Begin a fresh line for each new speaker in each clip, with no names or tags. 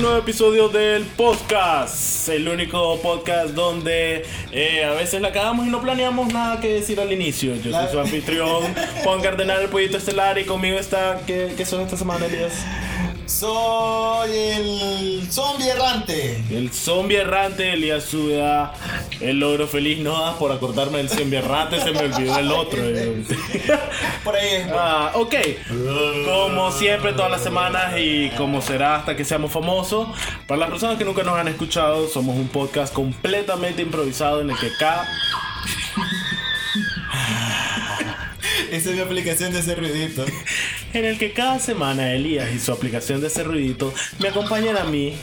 nuevo episodio del podcast. El único podcast donde eh, a veces la cagamos y no planeamos nada que decir al inicio. Yo soy
La-
su anfitrión, Juan Cardenal, el pollito estelar, y conmigo está. ¿Qué, qué son esta semana, Elías?
Soy el zombie errante.
El zombie errante, Elías Suda. El logro feliz, no ah, por acordarme del zombie errante, se me olvidó el otro. eh.
Por ahí es.
Ah, ok. Como siempre, todas las semanas y como será hasta que seamos famosos. Para las personas que nunca nos han escuchado, somos un podcast completamente improvisado en el que cada.
Esa es mi aplicación de ese ruidito.
En el que cada semana Elías y su aplicación de ese ruidito me acompañan a mí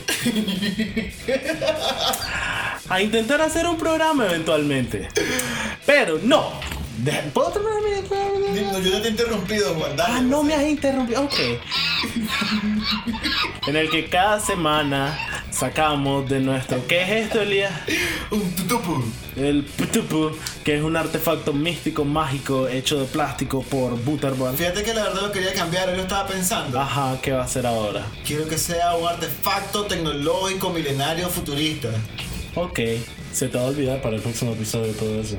a intentar hacer un programa eventualmente. Pero no. De- ¿Puedo terminar mi-
No, yo no te he interrumpido, Juan. Dale.
Ah, no me has interrumpido. Ok. en el que cada semana sacamos de nuestro. ¿Qué es esto, Elías?
Un tutupu.
El putupu, que es un artefacto místico mágico hecho de plástico por Butterball.
Fíjate que la verdad lo quería cambiar. Yo estaba pensando.
Ajá, ¿qué va a hacer ahora?
Quiero que sea un artefacto tecnológico milenario futurista.
Ok, se te va a olvidar para el próximo episodio todo eso.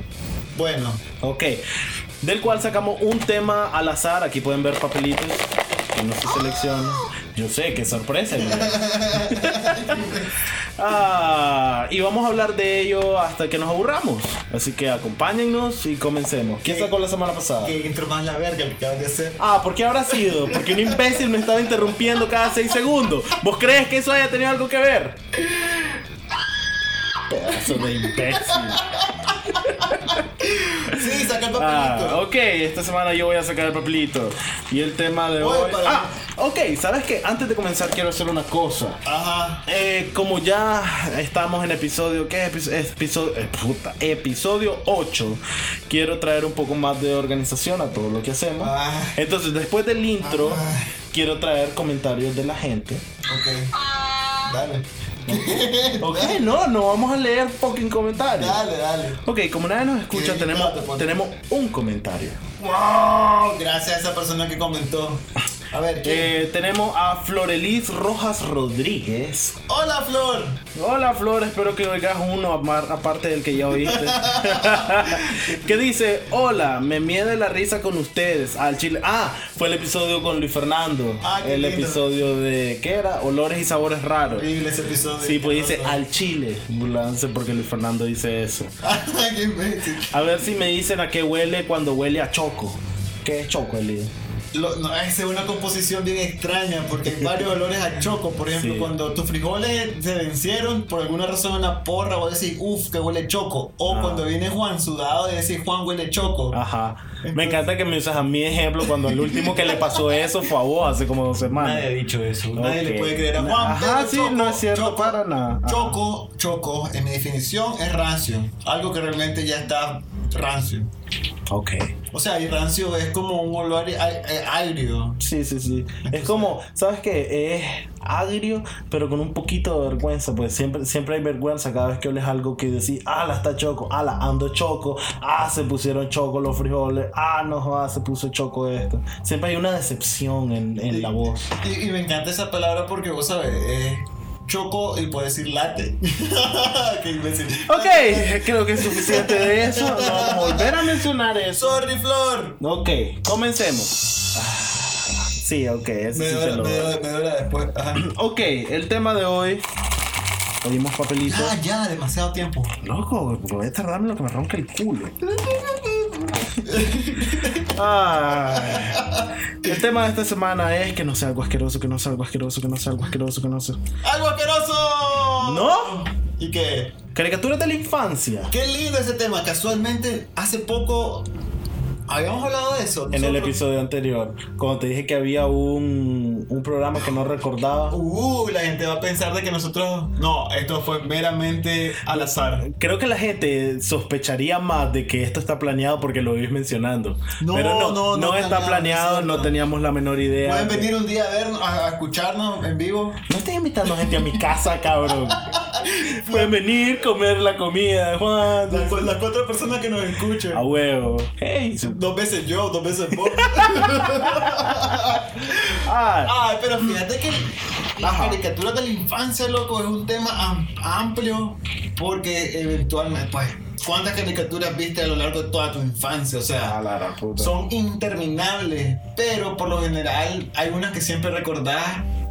Bueno,
Ok, del cual sacamos un tema al azar. Aquí pueden ver papelitos que no se seleccionan. Yo sé, qué sorpresa. ¿no? Ah, y vamos a hablar de ello hasta que nos aburramos. Así que acompáñennos y comencemos. ¿Quién sacó la semana pasada?
que entro más la verga lo que acabas de hacer.
Ah, ¿por qué habrá sido? Porque un imbécil me estaba interrumpiendo cada seis segundos. ¿Vos crees que eso haya tenido algo que ver? Pedazo de imbécil.
Sí, saca el
Ah,
papelito.
ok, esta semana yo voy a sacar el papelito. Y el tema de
Voy
hoy.
para-
Ah, ok, ¿sabes qué? Antes de comenzar, quiero hacer una cosa.
Ajá.
Eh, como ya estamos en episodio, ¿qué es episodio? eh, puta, episodio 8. Quiero traer un poco más de organización a todo lo que hacemos.
Ah.
Entonces, después del intro,
Ah.
quiero traer comentarios de la gente.
Ok. Dale.
Ok, no, no vamos a leer fucking comentarios.
Dale, dale.
Ok, como nadie nos escucha,
Qué
tenemos,
lindo te pones.
tenemos un comentario.
Wow, gracias a esa persona que comentó. A ver, ¿qué?
Eh, tenemos a Floreliz Rojas Rodríguez.
Hola, Flor.
Hola Flor, espero que oigas uno amar- aparte del que ya oíste. que dice, hola, me miede la risa con ustedes. Al chile. Ah, fue el episodio con Luis Fernando.
Ah, qué
el
lindo.
episodio de ¿qué era? Olores y sabores raros.
Horrible ese episodio.
Sí, pues dice
Qué
al chile. Burlándose porque Luis Fernando dice eso.
rosa. Qué imbécil.
A ver si me dicen a qué huele cuando huele a choco. ¿Qué es choco, Elías?
Lo- no, esa es una composición bien extraña porque hay varios olores a choco. Por ejemplo,
Sí.
cuando tus frijoles se vencieron por alguna razón en la porra, vos decís, uff, que huele choco. O
Ah.
cuando viene Juan sudado y decís, Juan huele choco.
Ajá. me encanta que me usas a mi ejemplo cuando el último que le pasó eso fue a vos hace como dos
Nadie ha
semanas.
dicho eso. Nadie
Ok.
le puede creer a Juan.
Ajá,
pero
sí, no es cierto para nada. Ajá.
Choco, choco, en mi definición es rancio. Algo que realmente ya está rancio.
Ok.
O sea, y rancio es como un olor a- a- agrio.
Sí, sí, sí. Es como, ¿sabes qué? Es agrio, pero con un poquito de vergüenza, pues siempre, siempre hay vergüenza cada vez que oles algo que decís, ah, la está choco, ah, la ando choco, ah, se pusieron choco los frijoles, ah, no, jodas, se puso choco esto. Siempre hay una decepción en, en la voz.
Y, y me encanta esa palabra porque vos sabes, eh, choco y puedes decir late. Qué imbécil.
Ok, creo que es suficiente de eso. No vamos a volver a mencionar eso.
Sorry, Flor.
Ok, comencemos. Ah, Sí, ok, eso
Me
sí te
duele,
lo
me
doy.
duele, me duele después. Ajá.
Ok, el tema de hoy. Pedimos papelitos.
Ya, Ah, ya, demasiado tiempo.
Loco, voy a tardarme lo que me ronca el culo. Ay. El tema de esta semana es que no sea algo asqueroso, que no sea algo asqueroso, que no sea algo asqueroso, que no sea.
¡Algo asqueroso!
¿No?
¿Y qué?
Caricaturas de la infancia.
Qué lindo ese tema. Casualmente, hace poco habíamos hablado de eso.
En el
Nosotros-
episodio anterior, cuando te dije que había un, un programa que no recordaba.
Uh, la gente va a pensar de que nosotros. No, esto fue meramente al azar.
Creo que la gente sospecharía más de que esto está planeado porque lo vivís mencionando.
No,
Pero no, no,
no, no
está
planeado,
planeado,
sí,
no
no.
teníamos la menor idea.
Pueden venir un día a vernos, a, a escucharnos en vivo.
No estés invitando gente a mi casa, cabrón. Pueden venir, comer la comida de Juan.
Las, cu- las cuatro personas que nos escuchan.
A huevo. Hey, su-
Dos veces yo, dos veces vos.
Ah,
Ah, pero fíjate que las caricaturas de la infancia, loco, es un tema am- amplio porque eventualmente, pues, ¿cuántas caricaturas viste a lo largo de toda tu infancia? O sea,
a Ah, la gran puta.
son interminables, pero por lo general hay unas que siempre recordás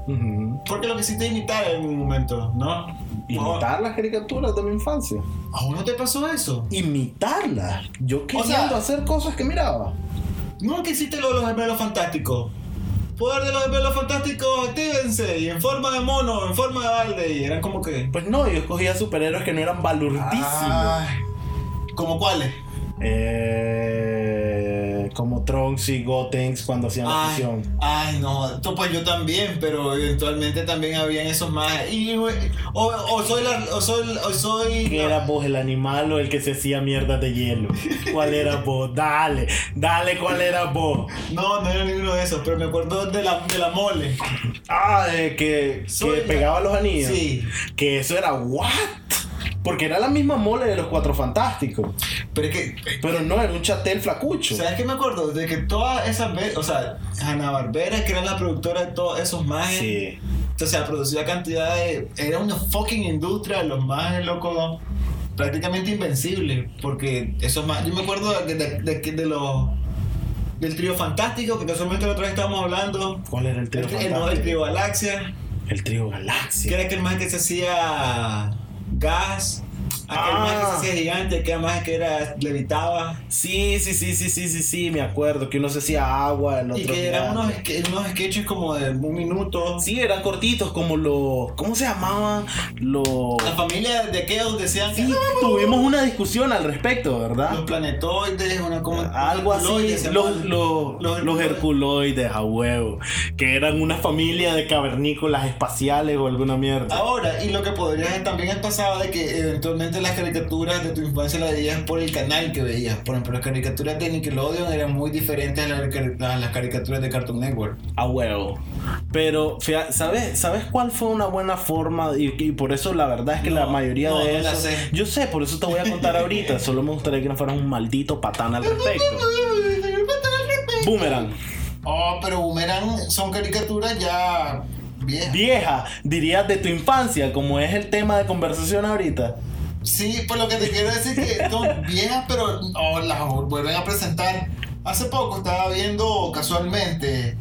Ujú.
porque lo quisiste imitar en algún momento, ¿no?
Imitar las caricaturas de mi infancia.
¿Aún no te pasó eso?
Imitarlas. Yo queriendo
sea-
hacer cosas que miraba.
Nunca hiciste lo de los gemelos fantásticos. Poder de los gemelos fantásticos, actívense, y en forma de mono, en forma de balde, y eran como que...
Pues no, yo escogía superhéroes que no eran balurdísimos.
Ay, ¿Como cuáles?
Eh, como Trunks y Gotenks cuando hacían la
Ay,
fusión.
ay, no, tú, pues yo también, pero eventualmente también habían esos más. Y, güey, o, o soy la. O soy. O soy
¿Qué era vos, el animal o el que se hacía mierda de hielo? ¿Cuál era vos? Dale, dale, ¿cuál era vos?
no, no era ninguno de esos, pero me acuerdo de la, de la mole.
Ah, eh, que, que
Soy la-
pegaba los anillos.
Sí,
Que eso era what? Porque era la misma mole de los cuatro fantásticos.
pero es que.
Pero no, era un chatel flacucho.
¿Sabes qué me acuerdo? De que todas esas veces. O sea, Hanna Barbera, que era la productora de todos esos majes.
Sí.
Entonces, producía cantidad de. Era una fucking industria, de los más locos. Prácticamente invencibles. Porque esos más. Yo me acuerdo de, de, de- de los. Del trío fantástico, que casualmente la otra vez estábamos hablando.
¿Cuál era el
El,
trío
tri- no, el
fantástico?
trío Galaxia.
El trío
Que
galaxia.
era aquel más que se hacía gas. Aquel
Ah.
más que se hacía gigante, aquel más que era levitaba.
Sí, sí, sí, sí, sí, sí, sí, me acuerdo. Que uno se hacía agua, el otro.
Y que eran
gigante.
unos, ske- unos sketches como de un minuto.
Sí, eran cortitos, como los. ¿Cómo se llamaban? Los.
La familia de aquellos decían que
Sí, tuvimos una discusión al respecto,
los
¿verdad?
planetoides, una como.
Algo así,
herculoides, se
los,
llamaban.
los,
Los
los herculoides a huevo, que eran una familia de cavernícolas espaciales o alguna mierda.
Ahora, y lo que podría también es pasaba de que eventualmente las caricaturas de tu infancia las veías por el canal que veías. Por ejemplo, las caricaturas de Nickelodeon eran muy diferentes a las, car- a las caricaturas de Cartoon Network.
A huevo. Pero, fea- ¿sabes, ¿sabes cuál fue una buena forma? Y, y por eso la verdad es que la mayoría
no,
de
no la
eso-
sé.
Yo sé, por eso te voy a contar ahorita. Solo me gustaría que no fueras un maldito patán al respecto. Boomerang.
Oh, pero Boomerang son caricaturas ya viejas.
vieja, dirías de tu infancia, como es el tema de conversación ahorita.
Sí, por lo que te quiero decir que son viejas, pero oh, las vuelven a presentar. Hace poco estaba viendo casualmente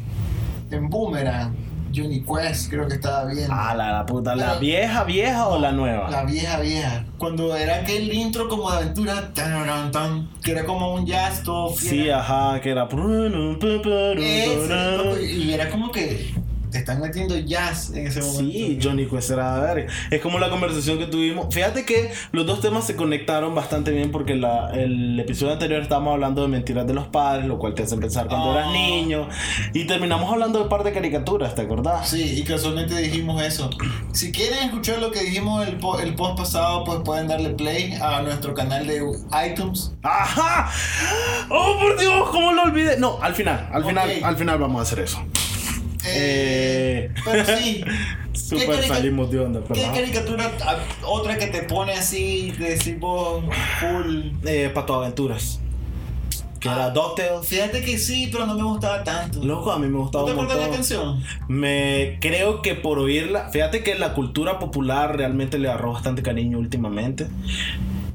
en Boomerang, Johnny Quest creo que estaba viendo.
Ah, la, la puta, la
Pero-
vieja, vieja o la nueva.
La vieja vieja. Cuando era aquel intro como de aventura, tan, tan, tan, que era como un jazz todo
Oh, Sí, ah.
fiera.
ajá, que era.
Ese, loco, y era como que te están metiendo jazz en ese momento.
Sí, Johnny Quest era la verga. Es como la conversación que tuvimos. Fíjate que los dos temas se conectaron bastante bien porque la, el episodio anterior estábamos hablando de mentiras de los padres, lo cual te hace pensar cuando
Ah.
eras niño. Y terminamos hablando de un par de caricaturas, ¿te acordás?
Sí, y casualmente dijimos eso. Si quieren escuchar lo que dijimos el, po- el post pasado, pues pueden darle play a nuestro canal de iTunes.
¡Ajá! ¡Oh, por Dios! ¿Cómo lo olvidé? No, al final, al final,
Ok.
al final vamos a hacer eso. Eh.
Eh, Pero sí,
Super
carica-
salimos de onda,
¿qué
perdón.
caricatura, a- otra que te pone así, de decir vos, full?
Eh, Pato Aventuras. Que era
Ah.
DuckTales.
Fíjate que sí, pero no me gustaba tanto.
Loco, a mí me
¿No
gustaba
te
un
acuerdas de la
montón.
canción?
Me creo que por oírla, fíjate que la cultura popular realmente le agarró bastante cariño últimamente.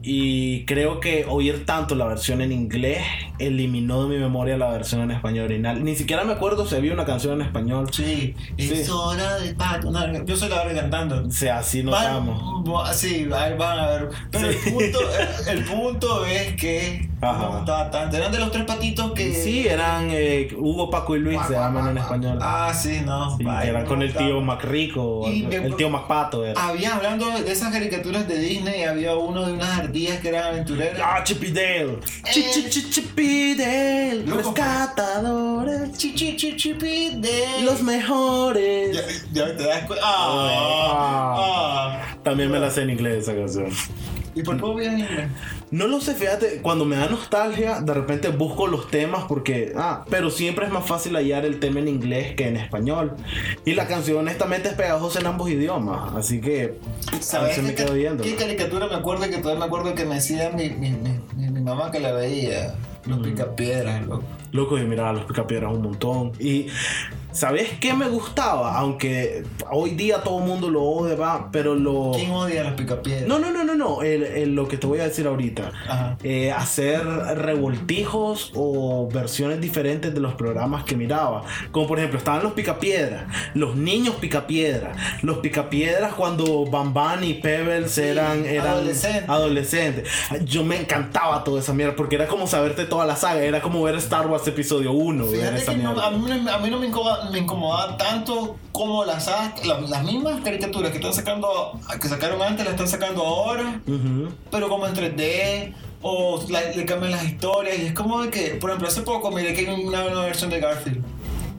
Y creo que oír tanto la versión en inglés eliminó de mi memoria la versión en español original. Ni siquiera me acuerdo si había una canción en español.
Sí, es
Sí.
hora de pato. No, yo soy la verga cantando.
O sea, así nos
Van-
vamos.
va- sí, ahí van a ver. Pero
Sí.
el, punto, el, el punto es que
Ajá.
no me gustaba tanto. Eran de los tres patitos que.
Sí, eran eh, Hugo, Paco y Luis, se llaman en español.
Ah, sí, no.
Sí,
vaya,
que eran
no
con
me
el tío
gustaba.
Macrico,
Y Ah, me-
el tío Macpato era.
Había, hablando de esas caricaturas de Disney, había uno de unas ardillas que eran aventureras.
Ah, Chippy Dale. Chi,
Eh.
chi, chi, Chippy Dale.
Loco.
Rescatadores.
Chi, chi, chi, chi, pi, de-
Los mejores.
Eh. Ya, ya te das cuenta. Ah,
Ah.
ah.
También me la sé en inglés esa canción.
¿Y por qué vos vivías en Inglaterra?
No lo sé, fíjate, cuando me da nostalgia, de repente busco los temas porque, ah, pero siempre es más fácil hallar el tema en inglés que en español. Y la canción honestamente es pegajosa en ambos idiomas, así que a
¿Sabes
veces me
qué,
quedo
ca-
viendo.
qué caricatura me acuerdo que todavía me acuerdo que me decía mi, mi, mi, mi- mi mamá que la veía?
Mm.
Los picapiedras, loco.
Loco, y miraba los picapiedras un montón. Y, ¿sabes qué me gustaba? Aunque hoy día todo el mundo lo odia, va, pero lo...
¿Quién odia a los picapiedras?
Oh. No, no, no, no, no, el- el- lo que te voy a decir ahorita.
Ajá.
eh, hacer revoltijos o versiones diferentes de los programas que miraba. Como por ejemplo, estaban los picapiedras, los niños picapiedra, los picapiedras cuando Bamban y Pebbles
Sí,
eran, eran
adolescentes.
adolescentes. Yo me encantaba toda esa mierda porque era como saberte toda la saga, era como ver Star Wars episodio 1. ver
Fíjate
esa
que no-
mierda.
a, mí, no- a mí no me incomodaba, me incomodaba tanto como las, as- la- las mismas caricaturas que están sacando, que sacaron antes, las están sacando ahora,
Ujú.
pero como en 3D, o la- le cambian las historias, y es como de que, por ejemplo, hace poco miré que hay una nueva versión de Garfield.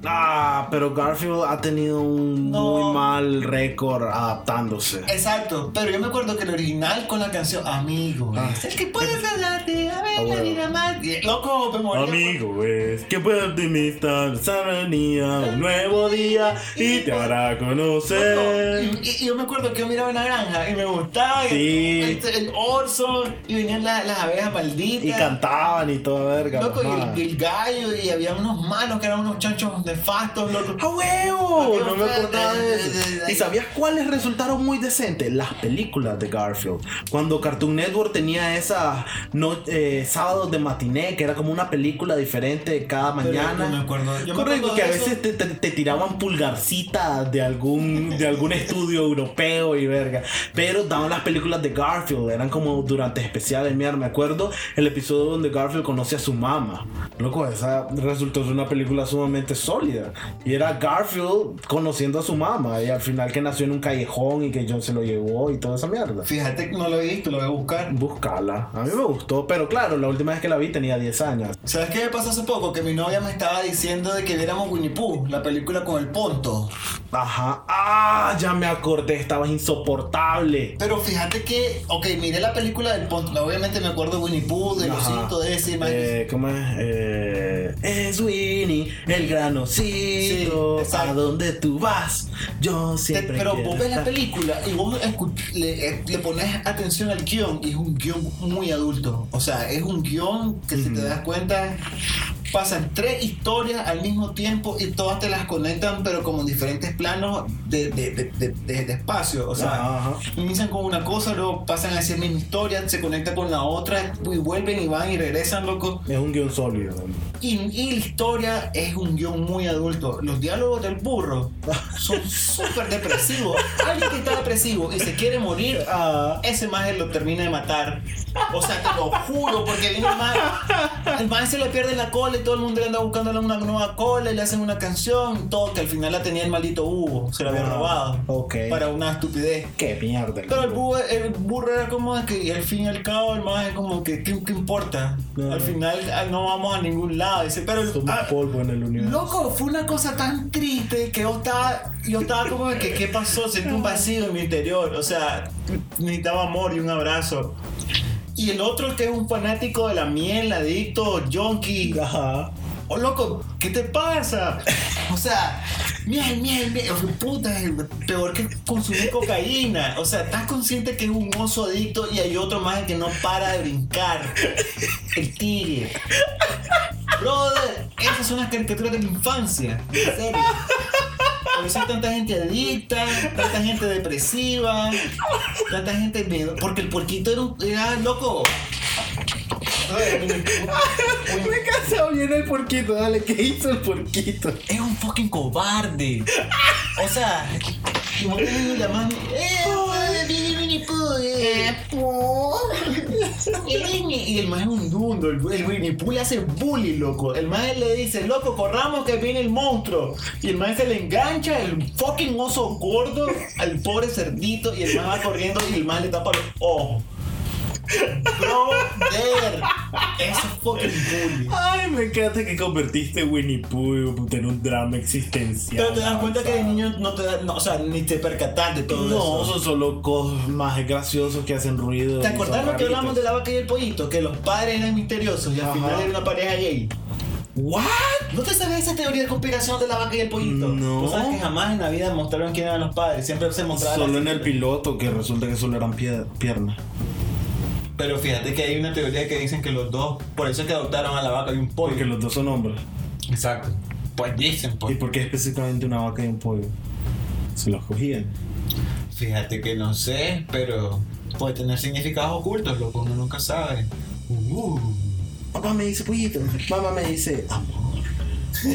Ah, pero Garfield ha tenido un
No.
muy mal récord adaptándose.
Exacto, pero yo me acuerdo que el original con la canción Amigo
Ah.
es el que puedes hablarte, a ver
Ah,
la
bueno.
vida más. Y, Loco, me moría.
Amigo es que puede optimista, sabanía, un nuevo día y te hará
Loco,
conocer.
Y, y- y yo me acuerdo que yo miraba una granja y me gustaba y-
Sí.
el, el orso y venían la- las abejas malditas.
Y cantaban y toda verga.
Loco, y Ah.
ajá.
el, y el gallo y había unos malos que eran unos chanchos nefastos, loco.
¡A huevo!
Loco,
No me acordaba de
de-
eso.
de-
¿Y sabías cuáles resultaron muy decentes? Las películas de Garfield. Cuando Cartoon Network tenía esas no, eh, sábados de matiné, que era como una película diferente cada
Pero yo
mañana.
no me acuerdo. Yo me
Correcto,
acuerdo
que a
de eso.
veces te, te- te tiraban pulgarcitas de algún, de algún estudio europeo y verga. Pero daban las películas de Garfield, eran como durante especiales, mierda. Me acuerdo el episodio donde Garfield conoce a su mamá. Loco, esa resultó ser una película sumamente sólida. Y era Garfield conociendo a su mamá. Y al final que nació en un callejón y que John se lo llevó y toda esa mierda.
Fíjate que no lo he visto, lo voy a buscar.
Buscala. A mí me gustó, pero claro, la última vez que la vi tenía 10 años.
¿Sabes qué me pasó hace poco? Que mi novia me estaba diciendo de que viéramos Winnie Pooh, la película con el ponto.
Ajá. Ah, ya me acordé, estabas insoportable.
Pero fíjate que, ok, miré la película del Ponto. Obviamente me acuerdo de Winnie Pooh, de
Ajá.
Osito, de ese, man.
Eh, ¿Cómo es? Eh, es Winnie, el
Sí,
granocito.
exacto.
a donde tú vas, yo
Te-
siempre.
pero
quiero
vos ves la
estar.
película y vos escu- le, eh, le pones atención al guión y es un guión muy adulto. O sea, es un guión que si te das cuenta pasan tres historias al mismo tiempo y todas te las conectan pero como en diferentes planos de, de- de- de- de- de espacio. O sea,
Ajá, ajá.
inician con una cosa, luego pasan a esa misma historia, se conecta con la otra y vuelven y van y regresan, loco.
Es un guión sólido.
Y, y la historia es un guión muy adulto. Los diálogos del burro son súper depresivos. Alguien que está depresivo y se quiere morir,
Ah,
ese maje lo termina de matar. O sea, te lo juro, porque viene el maje. El maje se le pierde la cola y todo el mundo le anda buscando una nueva cola y le hacen una canción. Todo que al final la tenía el maldito Hugo, se la había
Ah,
robado.
ok.
Para una estupidez.
qué mierda.
Pero el burro, el burro era como de que al fin y al cabo el más es como que ¿qué, qué importa?
Claro.
Al final ah, no vamos a ningún lado. Dice, pero el-
Somos
ah,
polvo en el universo.
loco, fue una cosa tan triste que yo estaba, yo estaba como de que ¿qué pasó? Sentí un vacío en mi interior. O sea, necesitaba amor y un abrazo. Y el otro que es un fanático de la miel, adicto, junkie.
Ajá.
Oh, loco, ¿qué te pasa? O sea, miel, miel, miel. O sea, puta, es peor que consumir cocaína. O sea, estás consciente que es un oso adicto y hay otro más que no para de brincar. El tigre. Brother, esas son las caricaturas de la infancia. En serio. Por eso hay tanta gente adicta, tanta gente depresiva, tanta gente miedo. Porque el puerquito era, un, era loco.
Me casado bien el porquito, dale, ¿qué hizo el porquito?
Es un fucking cobarde. O sea, como que le la mami. pues, ¡Eh, Y el más es un dundo, el, el Winnie Pooh le hace bully, loco. El más le dice, loco, corramos que viene el monstruo. Y el más se le engancha el fucking oso gordo al pobre cerdito. Y el más va corriendo y el más le tapa los ojos. Brother, eso es fucking bullying.
Ay, me encanta que convertiste Winnie Pooh en un drama existencial.
Pero te das cuenta que de niño no te da, no, o sea, ni te percatas de todo
No,
eso.
son solo cosas más graciosos que hacen ruido.
¿Te
y son
acordás lo que
raritos.
hablamos de la vaca y el pollito? Que los padres eran misteriosos y al
Ajá.
final era una pareja gay.
¿What?
¿No te sabes esa teoría de conspiración de la vaca y el pollito?
No.
Tú sabes que jamás en la vida mostraron quién eran los padres. Siempre se mostraba. la
Solo en el
figura.
piloto que resulta que solo eran pie- piernas.
Pero fíjate que hay una teoría que dicen que los dos, por eso es que adoptaron a la vaca y un pollo.
Porque los dos son hombres.
Exacto. Pues dicen,
¿Y
pues.
por qué específicamente una vaca y un pollo? Se los cogían.
Fíjate que no sé, pero puede tener significados ocultos, loco, uno nunca sabe. Uh.
Papá me dice pollito, mamá me dice amor.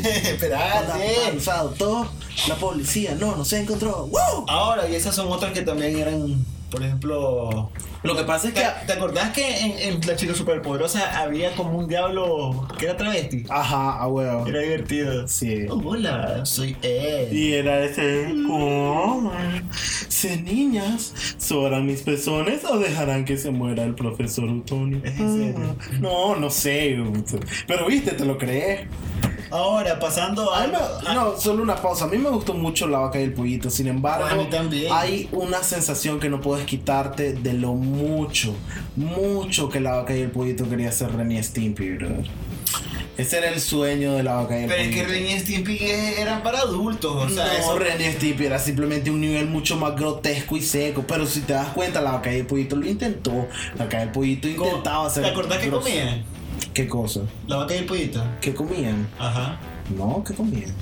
Ah,
Esperate.
cansado todo, la policía no nos encontró. ¡Woo!
Ahora, y esas son otras que también eran, por ejemplo.
Lo que pasa es
¿Te,
que.
te acordás que en, en La Chica Superpoderosa había como un diablo que era travesti?
Ajá, a huevo.
Era divertido.
Sí.
Oh, hola, soy Ed.
Y era ese. ¿Cómo? Si niñas, ¿sobran mis pezones o dejarán que se muera el profesor Utoni?
¿Es en serio?
No, no sé. Pero viste, te lo crees.
Ahora, pasando
A
a.
mí me- no, solo una pausa. A mí me gustó mucho la vaca y el pollito. Sin embargo,
A mí también.
hay una sensación que no puedes quitarte de lo mucho, mucho que la vaca y el pollito quería hacer Renny Stimpy, brother. Ese era el sueño de la vaca y el
Pero es
pollito.
que Ren y Stimpy eran para adultos, o sea,
no,
eso-
Ren y Stimpy era simplemente un nivel mucho más grotesco y seco. Pero si te das cuenta, la vaca y el pollito lo intentó. La vaca y el pollito intentaba hacer.
¿Te acordás que
gros-
comían?
¿Qué cosa?
La vaca y el pollito.
¿Qué comían?
Ajá.
No, ¿qué comían?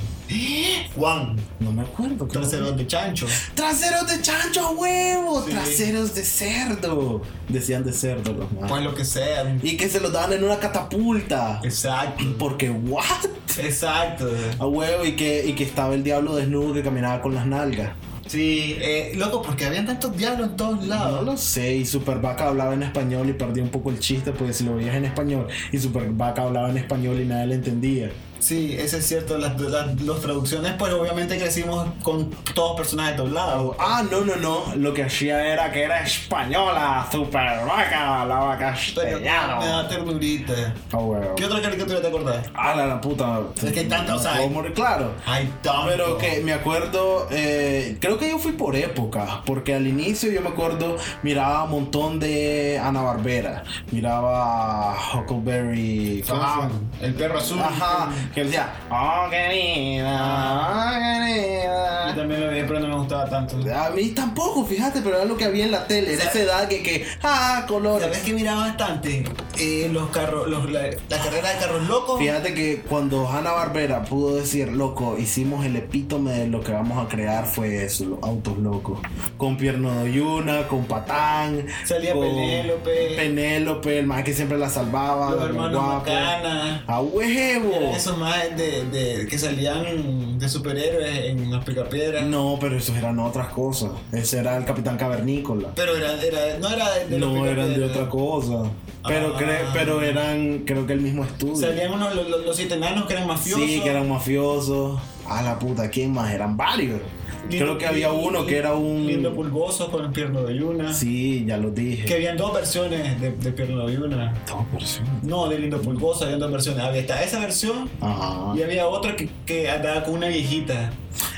Juan,
No me acuerdo. ¿qué
traseros de chancho.
Traseros de chancho a huevo,
Sí.
traseros de cerdo. Decían de cerdo los más.
Pues lo que sea.
Y que se los daban en una catapulta.
Exacto.
Porque what?
Exacto.
A huevo y que, y que estaba el diablo desnudo que caminaba con las nalgas.
Sí, eh, loco, porque habían tantos diablos en todos
No
lados.
lo sé, y Supervaca hablaba en español y perdía un poco el chiste porque si lo veías en español y Supervaca hablaba en español y nadie le entendía.
Sí, eso es cierto. Las, las- las traducciones, pues obviamente crecimos con todos personajes doblados.
Ah, no, no, no, lo que hacía era que era española, Supervaca, la vaca
Pero me
castellano.
da ternurita.
A huevo.
¿Qué otra caricatura te acordás?
Ah, la, la puta.
Es que hay tantas, o sea,
Puedo
hay-
morir, claro.
Ay, tanto.
Pero que me acuerdo, eh, creo que yo fui por época, porque al inicio yo me acuerdo, miraba un montón de Ana Barbera, miraba Huckleberry. ¿cómo se
Ajá,
llama?
Ah, el perro azul.
Ajá, que él decía, oh querida, oh
Yo
querida.
también lo vi, pero no me gustaba tanto.
A mí tampoco, fíjate, pero era lo que había en la tele, era esa edad que, que ah,
¿Sabes
colores.
que miraba bastante? Eh, los carros, los- la, la carrera de carros locos.
Fíjate que cuando Hanna Barbera pudo decir, loco, hicimos el epítome de lo que vamos a crear fue eso, los autos locos. Con Pierno de Yuna, con Patán.
Salía
con
Penélope.
Penélope, el más que siempre la salvaba.
los
el
hermanos
guapo.
Macana.
A huevo.
Eran esos más de, de- que salían de superhéroes en los picapiedras.
No, pero esos eran otras cosas. Ese era el Capitán Cavernícola.
Pero era, era, no era de, de los
No eran de
Picapiedras.
otra cosa. Pero,
Ah.
cre- pero eran, creo que el mismo estudio.
Salían unos, los, los- los siete enanos que eran mafiosos.
Sí, que eran mafiosos. A la puta, ¿quién más? Eran varios.
Lindo-
Creo que había uno que era un.
Lindo pulgoso con pierno de yuna.
Sí, ya lo dije.
Que habían dos versiones de, de pierno de yuna.
No, pero sí.
No, de lindo pulgoso, habían dos versiones. Había esta- esa versión
Ajá.
y había otra que, que andaba con una viejita.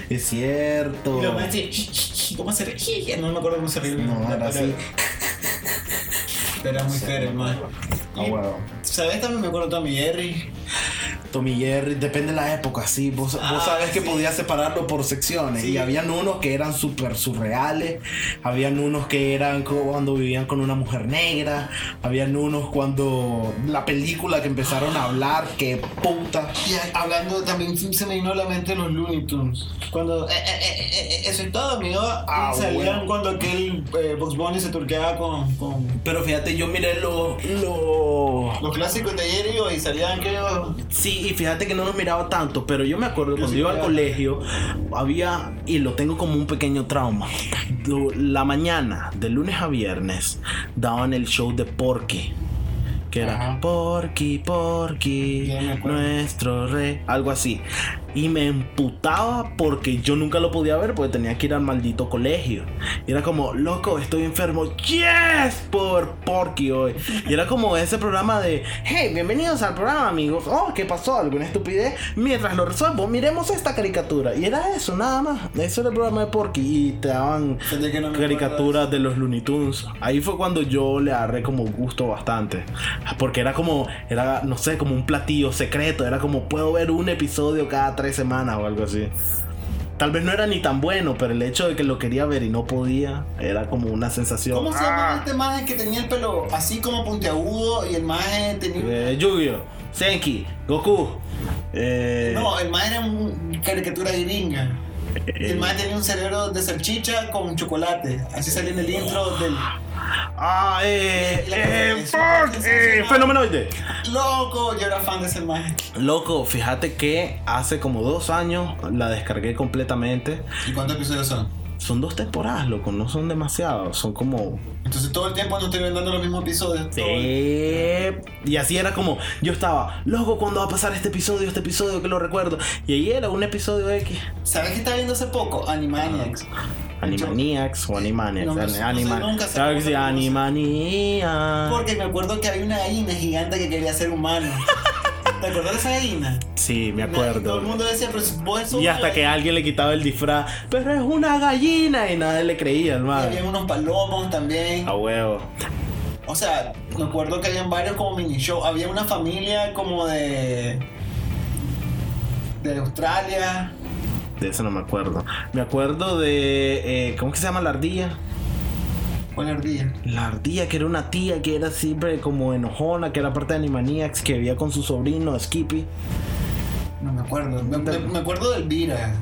Es cierto.
Y lo más así, ¿cómo se reía? No me acuerdo cómo se reía.
Oh. No, era así.
Pero era muy feo, hermano.
A Ah, huevo.
¿Sabes? También me acuerdo Tommy Jerry.
Tommy Jerry, depende de la época, sí. Vos,
Ah,
vos sabés que
sí.
podías separarlo por secciones.
Sí.
Y habían unos que eran súper surreales. Habían unos que eran co- cuando vivían con una mujer negra. Habían unos cuando la película que empezaron a hablar, que puta.
Y a- hablando también se se me vino a la mente los Looney Tunes. Cuando eh, eh, eh, eh, eh, eso es todo, amigo.
Ah,
Y salían
bueno.
cuando aquel eh, Box Bunny se turqueaba con, con
Pero fíjate, yo miré los. Lo...
los clásicos de ayer y hoy, salían que
Sí, y fíjate que no los miraba tanto, pero yo me acuerdo cuando
sí
iba al
miraba.
colegio, había, y lo tengo como un pequeño trauma, lo- la mañana, de lunes a viernes, daban el show de Porky, que era
Ajá.
Porky, Porky,
Ya me acuerdo.
nuestro rey, algo así. Y me emputaba porque yo nunca lo podía ver porque tenía que ir al maldito colegio. Y era como, loco, estoy enfermo. Yes, por Porky hoy. Y era como ese programa de, hey, bienvenidos al programa, amigos. Oh, ¿qué pasó? ¿Alguna estupidez? Mientras lo resuelvo, miremos esta caricatura. Y era eso, nada más. Eso era el programa de Porky. Y te daban
Fíjate que no me acuerdo
caricaturas de los Looney Tunes. Ahí fue cuando yo le agarré como gusto bastante. Porque era como, era, no sé, como un platillo secreto. Era como, puedo ver un episodio cada tres semanas o algo así. Tal vez no era ni tan bueno, pero el hecho de que lo quería ver y no podía, era como una
de
sensación.
eso. ¿Cómo se
Ah.
llama este maje que tenía el pelo así como puntiagudo y el maje tenía...
Eh, Yu-Gi-Oh! Senki, Goku. Eh,
No, el maje era una caricatura gringa. Y
eh,
el maje tenía un cerebro de salchicha con chocolate. Así salió en el intro del...
Ah, eh,
Y la
eh,
cosa
fuck,
es-
eh, fenomenoide.
Loco, yo era fan de ese maje.
Loco, fíjate que hace como dos años la descargué completamente.
¿Y cuántos episodios son?
Son dos temporadas, loco, no son demasiados, son como...
Entonces todo el tiempo no estuvieron dando los mismos episodios. todo el-
Eh, Y así era como, yo estaba, loco, ¿cuándo va a pasar este episodio? Este episodio que lo recuerdo. Y ahí era un episodio X.
¿Sabes qué estaba viendo hace poco? Animaniacs.
Animaniacs o Animaniacs.
No, no,
an-
no sé,
anima-
nunca sé
Claro que
cómo
sí,
se pronuncia.
Animaniacs.
Porque me acuerdo que había una gallina gigante que quería ser humano. ¿Te acuerdas de esa gallina?
Sí, me
Todo el
acuerdo.
mundo decía, pero vos sos
Y
una
hasta que
gallina".
alguien le quitaba el disfraz, pero es una gallina y nadie le creía,
Y
hermano.
Había unos palomos también.
A huevo.
O sea, me acuerdo que habían varios como mini show. Había una familia como de. de Australia.
De eso no me acuerdo. Me acuerdo de. eh, ¿Cómo que se llama la ardilla?
¿Cuál ardilla?
La ardilla, que era una tía que era siempre como enojona, que era parte de Animaniacs, que vivía con su sobrino Skippy.
No me acuerdo. Me, me- me acuerdo de Elvira.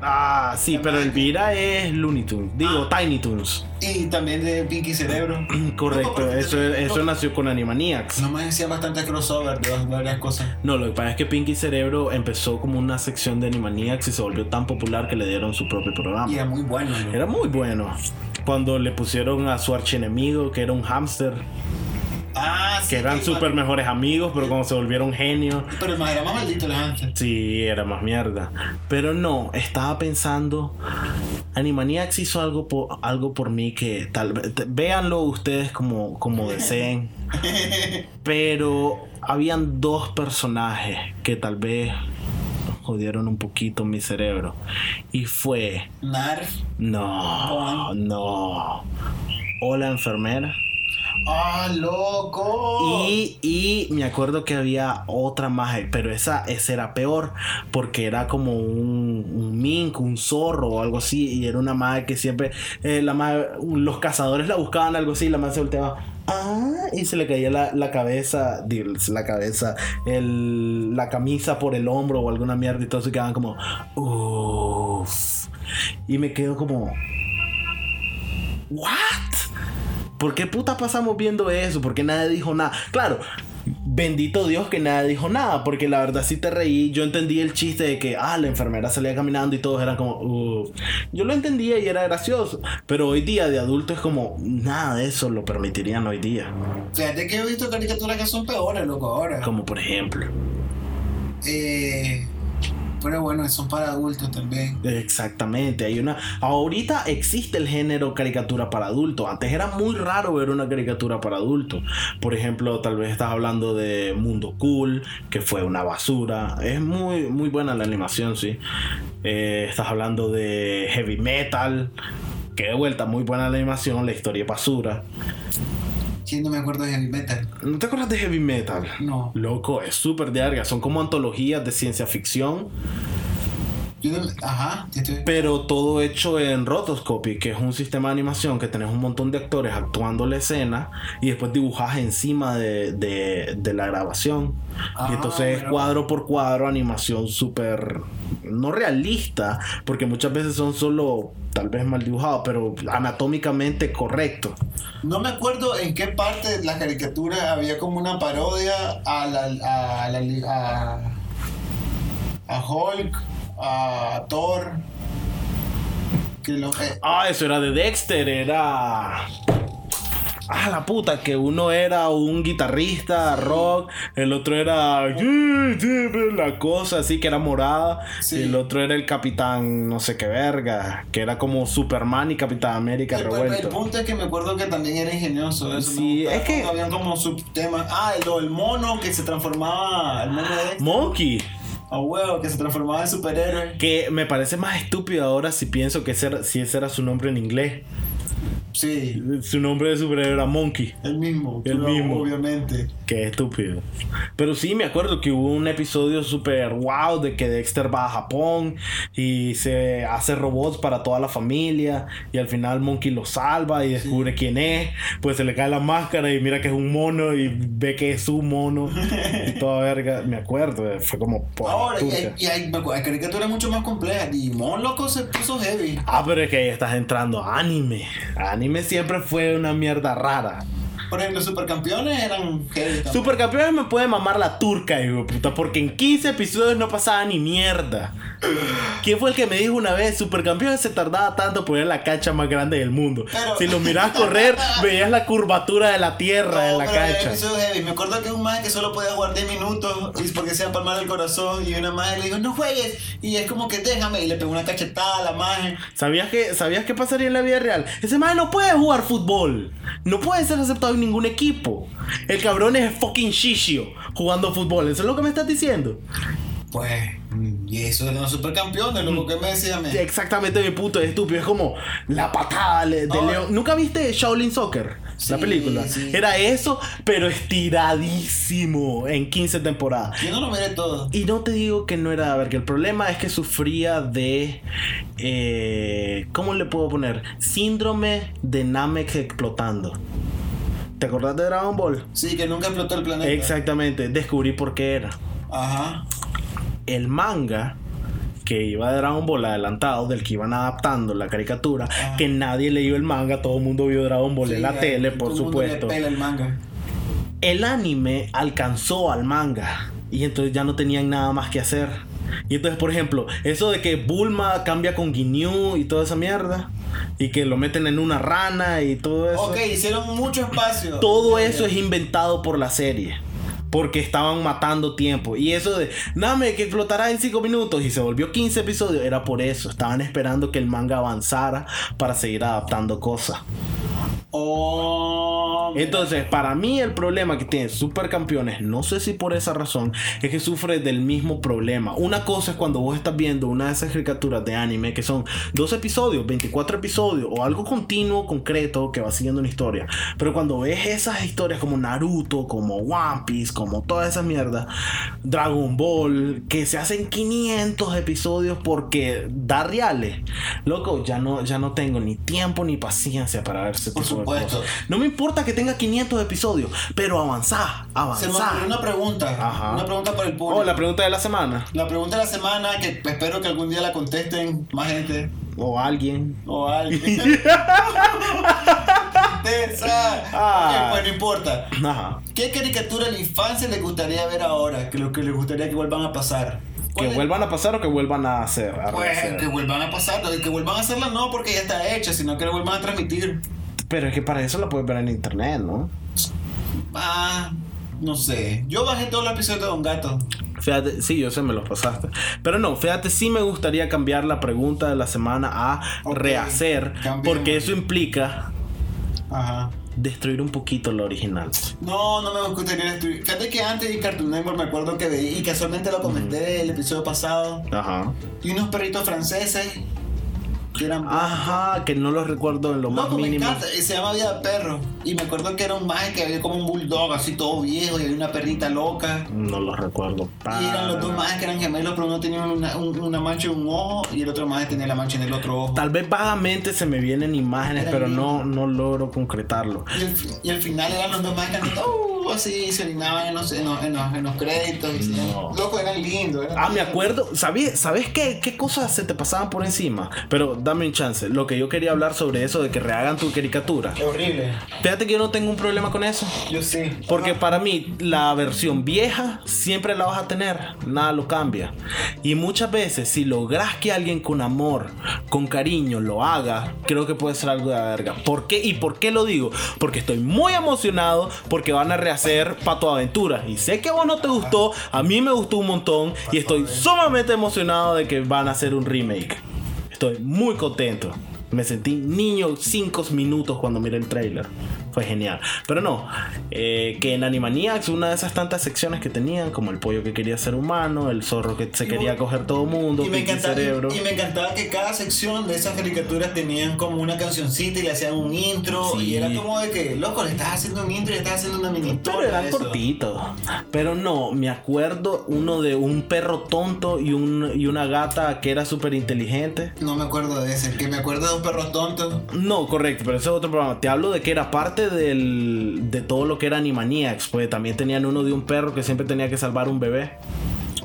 Ah, sí, pero Elvira es Looney Tunes. Digo,
Ah.
Tiny Tunes.
Y también de Pinky Cerebro.
Correcto,
pero-
eso, eso nació con Animaniacs.
No me decía bastante crossover de varias cosas.
No, lo que pasa es que Pinky Cerebro empezó como una sección de Animaniacs y se volvió tan popular que le dieron su propio programa.
Y era muy bueno. ¿no?
Era muy bueno. Cuando le pusieron a su archienemigo, que era un hámster,
Ah, sí.
que eran
el
súper mejores amigos, pero cuando se volvieron genios,
ma- Pero el más era más maldito el antes.
Sí, era más mierda. Pero no, estaba pensando. Animaniacs hizo algo por, algo por mí que tal vez. te- Véanlo ustedes como, como deseen. Pero habían dos personajes que tal vez jodieron un poquito mi cerebro. Y fue.
Narf.
No, no. Hola, enfermera.
¡Ah, loco!
Y, y me acuerdo que había otra magia, pero esa, esa era peor, porque era como un, un mink, un zorro o algo así, y era una magia que siempre, eh, la maje- los cazadores la buscaban, algo así, y la magia se volteaba, ah, y se le caía la, la cabeza, digo, la cabeza, el- la camisa por el hombro o alguna mierda, y todos se quedaban como, uff, y me quedo como, ¿what? ¿Por qué puta pasamos viendo eso? ¿Por qué nadie dijo nada? Claro, bendito Dios que nadie dijo nada, porque la verdad sí te reí. Yo entendí el chiste de que, ah, la enfermera salía caminando y todos eran como, "Uh". Yo lo entendía y era gracioso, pero hoy día de adulto es como, nada de eso lo permitirían hoy día.
Fíjate que he visto caricaturas que son peores, loco, ahora.
Como por ejemplo,
Eh, pero bueno, son para adultos también.
exactamente, hay una. Ahorita existe el género caricatura para adultos. Antes era muy raro ver una caricatura para adultos. Por ejemplo, tal vez estás hablando de Mundo Cool, que fue una basura. Es muy, muy buena la animación, sí. Eh, estás hablando de Heavy Metal, que de vuelta, muy buena la animación, la historia es basura.
Sí, no me acuerdo de Heavy Metal.
¿No te acuerdas de Heavy Metal?
No.
Loco, es súper larga. Son como antologías de ciencia ficción,
Yo no- Ajá, yo estoy...
pero todo hecho en rotoscopy, que es un sistema de animación que tenés un montón de actores actuando la escena y después dibujas encima de, de- de la grabación.
Ah,
y entonces es
mira.
cuadro por cuadro, animación súper no realista, porque muchas veces son solo tal vez mal dibujados, pero anatómicamente correcto.
No me acuerdo en qué parte de la caricatura había como una parodia a la... a, la, a, a Hulk, a Thor. Que lo... eh,
Ah, eso era de Dexter, era... ah, la puta, que uno era un guitarrista rock, el otro era la cosa así que era morada,
Sí.
y el otro era el capitán, no sé qué verga, que era como Superman y Capitán América
El, el
revuelto.
punto es que me acuerdo que también era ingenioso. Eso
Sí,
me gustaba,
es que-
cuando Habían como subtemas. Ah, el, el mono que se transformaba. El mono de.
Monkey,
A huevo, que se transformaba en superhéroe.
que me parece más estúpido ahora si pienso que ese era- si ese era su nombre en inglés.
Sí,
Su nombre de superhéroe era Monkey.
el mismo.
El mismo.
Obviamente.
Qué estúpido. Pero sí, me acuerdo que hubo un episodio super wow de que Dexter va a Japón y se hace robots para toda la familia y al final Monkey lo salva y descubre quién es. Pues se le cae la máscara y mira que es un mono y ve que es su mono y toda verga. Me acuerdo, eh, fue como... por
Ahora, y hay,
tucha.
y hay, me acu- hay caricaturas mucho más complejas. Digimon, loco, se puso heavy.
Ah, pero es que ahí estás entrando a anime. Anime siempre fue una mierda rara.
Por ejemplo, supercampeones eran heavy. también.
Supercampeones me puede mamar la turca, hijo de puta, porque en 15 episodios no pasaba ni mierda. ¿Quién fue el que me dijo una vez, Supercampeones se tardaba tanto por ver la cancha más grande del mundo?
Pero-
Si lo mirabas correr, veías la curvatura de la tierra en
No,
la
pero era
cancha.
episodio heavy. Me acuerdo que un man que solo podía jugar 10 minutos y es porque se iba a palmar el corazón y una madre le dijo, no juegues. Y es como que déjame. Y le pegó una cachetada a la madre.
¿Sabías que sabías qué pasaría en la vida real? Ese man no puede jugar fútbol. No puede ser aceptado en ningún equipo. El cabrón es fucking shishio jugando fútbol. ¿Eso es lo que me estás diciendo?
Pues, mm, y eso de los supercampeones, loco, que me decía, me.
Exactamente mi punto es estúpido. Es como la patada le- de
Oh.
León. ¿Nunca viste Shaolin Soccer?
Sí,
la película.
sí.
Era eso, pero estiradísimo en 15 temporadas.
Yo no lo miré todo.
Y no te digo que no era, a ver, que el problema es que sufría de... eh, ¿Cómo le puedo poner? Síndrome de Namek explotando. ¿Te acordás de Dragon Ball?
Sí, que nunca explotó el planeta.
Exactamente, descubrí por qué era
Ajá.
el manga que iba de Dragon Ball adelantado, del que iban adaptando la caricatura,
Ah.
que nadie leyó el manga, todo el mundo vio Dragon Ball en
Sí,
la
a-
tele,
todo
por
el mundo
supuesto.
Le pela el manga.
El anime alcanzó al manga y entonces ya no tenían nada más que hacer. Y entonces, por ejemplo, eso de que Bulma cambia con Ginyu y toda esa mierda, y que lo meten en una rana y todo eso.
Ok, hicieron mucho espacio.
Todo eso es inventado por la serie. Porque estaban matando tiempo. Y eso de, dame que explotará en 5 minutos y se volvió 15 episodios, era por eso. Estaban esperando que el manga avanzara para seguir adaptando cosas.
Oh, mira.
Entonces, para mí el problema que tiene Supercampeones, no sé si por esa razón, es que sufre del mismo problema. Una cosa es cuando vos estás viendo una de esas caricaturas de anime que son dos episodios, 24 episodios o algo continuo, concreto, que va siguiendo una historia. Pero cuando ves esas historias como Naruto, como One Piece, como toda esa mierda, Dragon Ball, que se hacen 500 episodios porque da reales. Loco, ya no, ya no tengo ni tiempo ni paciencia para ver ese
Por
tipo de
supuesto.
cosas. No me importa que tenga 500 episodios, pero avanzá,
Se me ocurrió
avanzá.
una pregunta.
Ajá.
Una pregunta para el público.
Oh, la pregunta de la semana.
La pregunta de la semana que espero que algún día la contesten más gente
O alguien.
o alguien. Esa.
Ah.
Ok, pues no importa.
Ajá.
¿Qué caricatura de la infancia les gustaría ver ahora? Que lo que les gustaría que vuelvan a pasar.
Que
¿Cuál es?
vuelvan a pasar o que vuelvan a hacer. a
Pues
rehacer.
que vuelvan a pasar, que vuelvan a hacerla no porque ya está hecha, sino que la vuelvan a transmitir.
Pero es que para eso la puedes ver en internet, ¿no?
Ah, no sé. Yo bajé todos los episodios de Don Gato.
Fíjate, sí, yo sé, me los pasaste. Pero no, fíjate, sí me gustaría cambiar la pregunta de la semana a
Ok,
rehacer,
cambiemos.
porque eso implica
Ajá.
destruir un poquito lo original.
No, no me gustaría destruir. Fíjate que antes de Cartoon Network me acuerdo que veía, y casualmente lo
Mm.
comenté el episodio pasado,
Ajá.
y unos perritos franceses que eran...
Ajá, que no los recuerdo en Ah, lo más
Loco, pues, me
mínimo.
encanta, y se llama Vida de Perro. Y me acuerdo que era un maje que había como un bulldog así todo viejo y había una perrita loca.
No los recuerdo.
Y eran los dos
para
majes que eran gemelos, pero uno tenía una, un- una mancha en un ojo y el otro maje tenía la mancha en el otro ojo.
Tal vez vagamente se me vienen imágenes,
Era
pero
lindo.
no, no logro concretarlo.
Y el, fi- y el final eran los dos majes cantando. "Oh". uh, así se orinaban en los, en los, en los- en los créditos. y se-
No.
Loco, eran lindos. eran
Ah, me
lindos.
acuerdo. ¿Sabí- ¿Sabes qué, qué cosas se te pasaban por encima? Pero dame un chance. Lo que yo quería hablar sobre eso de que rehagan tu caricatura.
Es horrible.
Fíjate que yo no tengo un problema con eso.
Yo sí.
Porque para mí la versión vieja siempre la vas a tener, nada lo cambia. Y muchas veces si logras que alguien con amor, con cariño lo haga, creo que puede ser algo de la verga. ¿Por qué? ¿Y por qué lo digo? Porque estoy muy emocionado porque van a rehacer Pato Aventura. Y sé que a vos no te gustó, a mí me gustó un montón y estoy sumamente emocionado de que van a hacer un remake. Estoy muy contento. Me sentí niño 5 minutos cuando miré el trailer. Fue genial. Pero no, eh, que en Animaniacs, una de esas tantas secciones que tenían, como el pollo que quería ser humano, el zorro que se
Y
quería
bueno,
coger todo mundo,
Y me,
Pinky
encantaba,
cerebro.
y me encantaba que cada sección de esas caricaturas tenían como una cancioncita y le hacían un intro.
Sí.
Y era como de que, loco, le estás haciendo un intro y le estás haciendo una mini
Pero
historia de
eran
eso.
cortitos. Pero no, me acuerdo uno de un perro tonto y, un, y una gata que era súper inteligente.
No me acuerdo de ese. Que me acuerdo de un perro tonto.
No, correcto, pero ese es otro programa. Te hablo de que era parte del, de todo lo que era Animaniacs, pues también tenían uno de un perro que siempre tenía que salvar un bebé.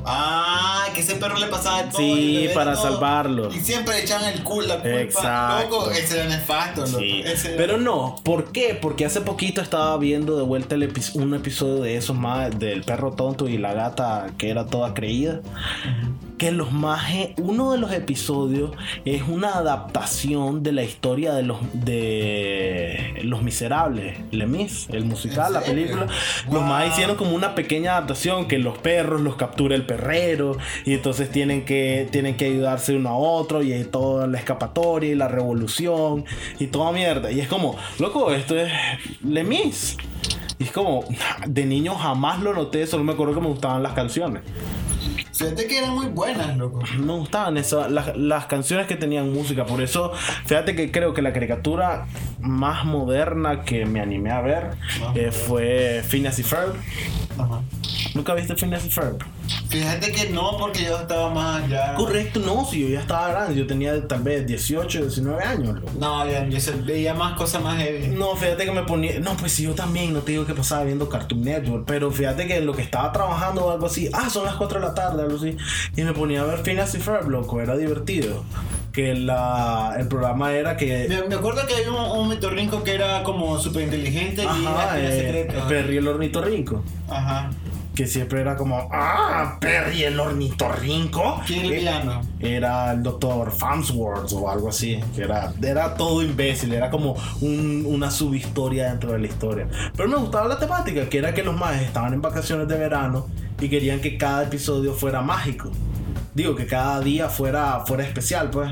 Ah, que ese perro le pasaba de todo.
Sí,
y le veía
para
todo.
salvarlo.
Y siempre le echaban el culo, la culpa.
Exacto.
Loco, ese era nefasto, loco.
Sí,
Ese era-
pero no, ¿por qué? Porque hace poquito estaba viendo de vuelta el epi- un episodio de esos más del perro tonto y la gata que era toda creída. Que los majes, uno de los episodios es una adaptación de la historia de los de Los Miserables, Les Mis, el musical,
¿En
la
serio?
película. Los
Wow.
majes hicieron como una pequeña adaptación que los perros los captura el perrero y entonces tienen que, tienen que ayudarse uno a otro y hay toda la escapatoria y la revolución y toda mierda. Y es como, loco, esto es Lemis. Y es como, de niño jamás lo noté, solo me acuerdo que me gustaban las canciones.
Fíjate que eran muy buenas, loco.
Me gustaban esas, las, las canciones que tenían música. Por eso, fíjate que creo que la caricatura más moderna que me animé a ver eh, fue Phineas y Ferb.
Ajá.
¿Nunca viste Phineas y Ferb?
Fíjate que no, porque yo estaba más allá.
Correcto, no, si yo ya estaba grande, yo tenía tal vez 18, 19 años. loco.
No, ya, yo se- veía más cosas más heavy.
No, fíjate que me ponía. No, pues si yo también, no te digo que pasaba viendo Cartoon Network, pero fíjate que en lo que estaba trabajando o algo así, ah, son las 4 de la tarde, algo así, y me ponía a ver Phineas y Ferb, loco, era divertido. Que la, el programa era que.
Me, me acuerdo que había un, un mitorrinco que era como súper inteligente y
Ajá,
era
eh,
secreto.
Perry el ornitorrinco.
Ajá.
Que siempre era como, ah, Perry el Eh, ornitorrinco.
¿Quién era el villano?
era el doctor Farnsworth o algo así. que Era, era todo imbécil, era como un- una subhistoria dentro de la historia. Pero me gustaba la temática, que era que los mages estaban en vacaciones de verano y querían que cada episodio fuera mágico. Digo, que cada día fuera, fuera especial, pues.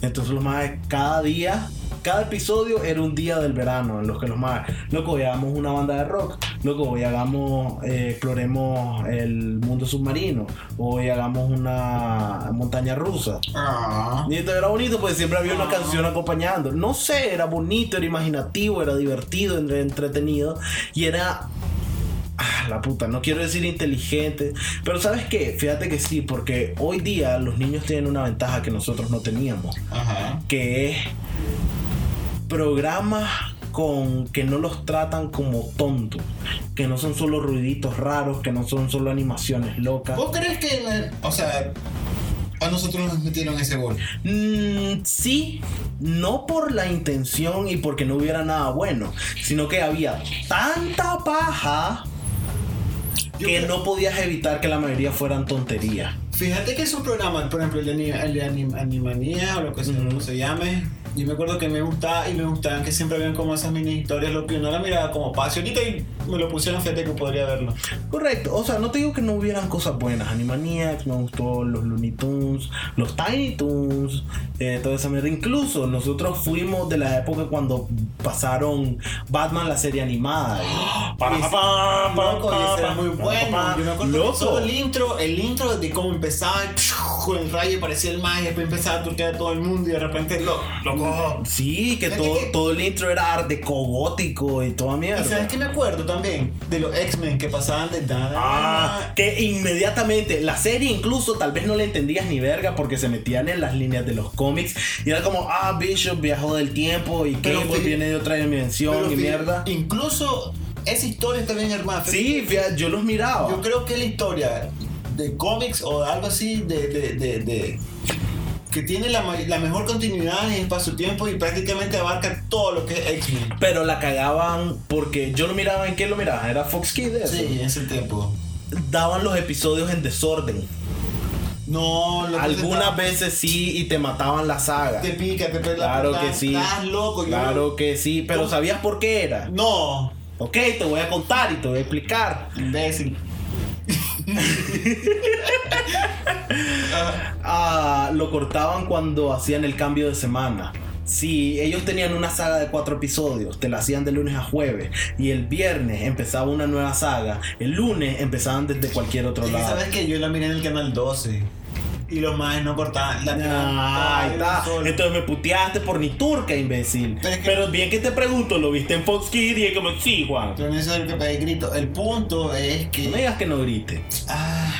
Entonces los mages cada día... Cada episodio era un día del verano en los que los mages, loco, hoy hagamos una banda de rock, loco, hoy hagamos, eh, exploremos el mundo submarino, hoy hagamos una montaña rusa.
Ah.
Y esto era bonito, pues siempre había una canción acompañando. No sé, era bonito, era imaginativo, era divertido, era entretenido y era. Ah, la puta, no quiero decir inteligente, pero ¿sabes qué? Fíjate que sí, porque hoy día los niños tienen una ventaja que nosotros no teníamos
Ajá.
que es programas con que no los tratan como tontos, que no son solo ruiditos raros, que no son solo animaciones locas.
¿Vos crees que, la- o sea, a nosotros nos metieron ese gol?
Mm, sí, no por la intención y porque no hubiera nada bueno, sino que había tanta paja
Yo
que
creo-
no podías evitar que la mayoría fueran tonterías.
Fíjate que esos programas, por ejemplo, el de, ani- el de anim- Animanía o lo que sea,
Ujú.
como se llame, yo me acuerdo que me gustaba y me gustaban que siempre habían como esas mini historias, lo que no la miraba como pase ahorita y me lo pusieron, fíjate que podría verlo.
Correcto, o sea, no te digo que no hubieran cosas buenas. Animaniacs, me gustó los Looney Tunes, los Tiny Tunes, eh, toda esa mierda. Incluso nosotros fuimos de la época cuando pasaron Batman, la serie animada. ¿no?
Pa, pa,
pa, pa,
Loco,
pa,
y ese
pa,
era muy
pa,
bueno.
pa,
Yo me
pa.
acuerdo que solo
Loco.
el intro, el intro de cómo empezaba con el rayo y parecía el más y después empezaba a turquear a todo el mundo y de repente lo, loco.
Sí, que
Es
todo,
que-
todo el intro era arte gótico y toda
Y
mierda.
sabes que me acuerdo también de los X-Men que pasaban de nada.
Ah, que inmediatamente la serie incluso tal vez no la entendías ni verga porque se metían en las líneas de los cómics y era como, ah, Bishop viajó del tiempo y
Pero
Cable
fí-
viene de otra dimensión
Pero
y
fí-
mierda.
Incluso Esa historia está bien armada.
Sí, fíjate, yo los miraba.
Yo creo que es la historia de cómics o algo así de, de, de- de- que tiene la, ma- la mejor continuidad en el espacio-tiempo y prácticamente abarca todo lo que es X-Men.
Pero la cagaban porque yo lo miraba en qué lo miraba. Era Fox Kids. eso.
Sí, en ese tiempo.
Daban los episodios en desorden.
No, lo que
Algunas
te-
veces sí y te mataban la saga.
te pica, te pela
Claro
la-
que sí.
Estás loco, yo-
Claro que sí, pero
¿Cómo?
¿sabías por qué era?
No,
Ok, te voy a contar y te voy a explicar.
imbécil. Ah,
Ah, lo cortaban cuando hacían el cambio de semana. Si ellos tenían una saga de cuatro episodios, te la hacían de lunes a jueves y el viernes empezaba una nueva saga, el lunes empezaban desde cualquier otro
es que
lado.
sabes que yo la miré en el canal 12 y los más no cortaban. La tiraban
Ah, ahí
toda de
está.
un solo.
Entonces me puteaste por ni turca, imbécil.
Pero es que-
Pero bien que te pregunto, ¿lo viste en Fox Kids? Y es como, sí, Juan.
Pero no es el que pegué grito. El punto es
No me
que.
digas que no grite.
Ah,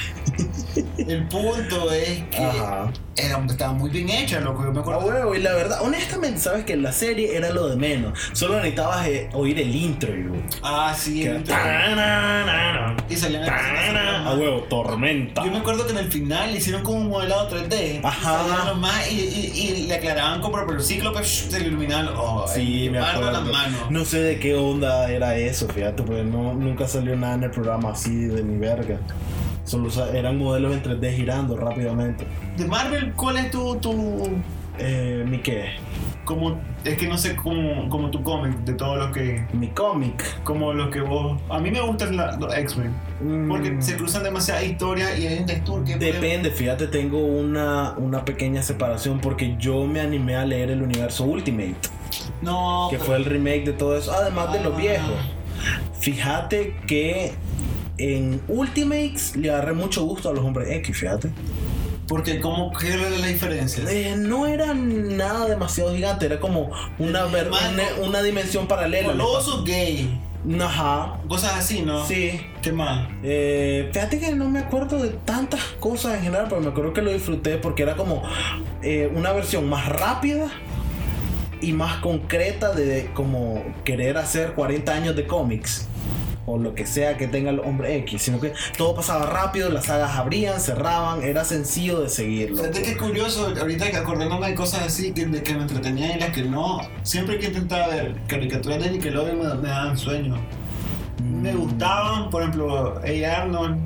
el punto es que.
Ajá. Ah,
Era, estaba muy bien hecha, loco. Yo me
A
acuerdo.
huevo, y la verdad, honestamente, sabes que la serie era lo de menos. Solo necesitabas eh, oír el intro, yo.
Ah,
Que
sí. el
era
intro.
"Tananana,
Y salían las
tanana".
personas.
A huevo, tormenta.
Yo me acuerdo que en el final hicieron como un modelado 3D.
Ajá.
Y salían los más y, y- y le aclaraban como por el ciclo, pero shh, se le iluminaban. Oh,
Sí, me
las
acuerdo.
manos.
No sé de qué onda era eso, fíjate, porque no, nunca salió nada en el programa así de mi verga. Solo sa- eran modelos en 3D girando rápidamente.
De Marvel, ¿cuál es tu. tu
Eh, mi qué?
como, es que no sé cómo, como tu cómic, de todo lo que.
Mi cómic.
Como lo que vos. A mí me gustan la- los X-Men.
Mm,
Porque se cruzan demasiadas historias y hay un textura que.
Depende, fíjate, tengo una, una pequeña separación porque yo me animé a leer el universo Ultimate.
No.
que
pero-
fue el remake de todo eso, además de los
Ah.
viejos. Fíjate que en Ultimates le agarré mucho gusto a los hombres X, fíjate.
Porque, ¿cómo, ¿qué era la diferencia?
Eh, no era nada demasiado gigante, era como una, ver-
Más
una, una dimensión paralela.
Coloso gay.
Ajá,
Cosas así, ¿no?
sí.
¿Qué más?
Eh, fíjate que no me acuerdo de tantas cosas en general, pero me acuerdo que lo disfruté porque era como eh, una versión más rápida y más concreta de como querer hacer 40 años de cómics o lo que sea que tenga el hombre X, sino que todo pasaba rápido, las sagas abrían, cerraban, era sencillo de seguirlo.
Fíjate que es curioso, ahorita que acordándome de cosas así que, de que me entretenían y las que no. Siempre que intentaba ver caricaturas de Nickelodeon me, me daban sueño. Me
Mm.
gustaban, por ejemplo, A. Arnold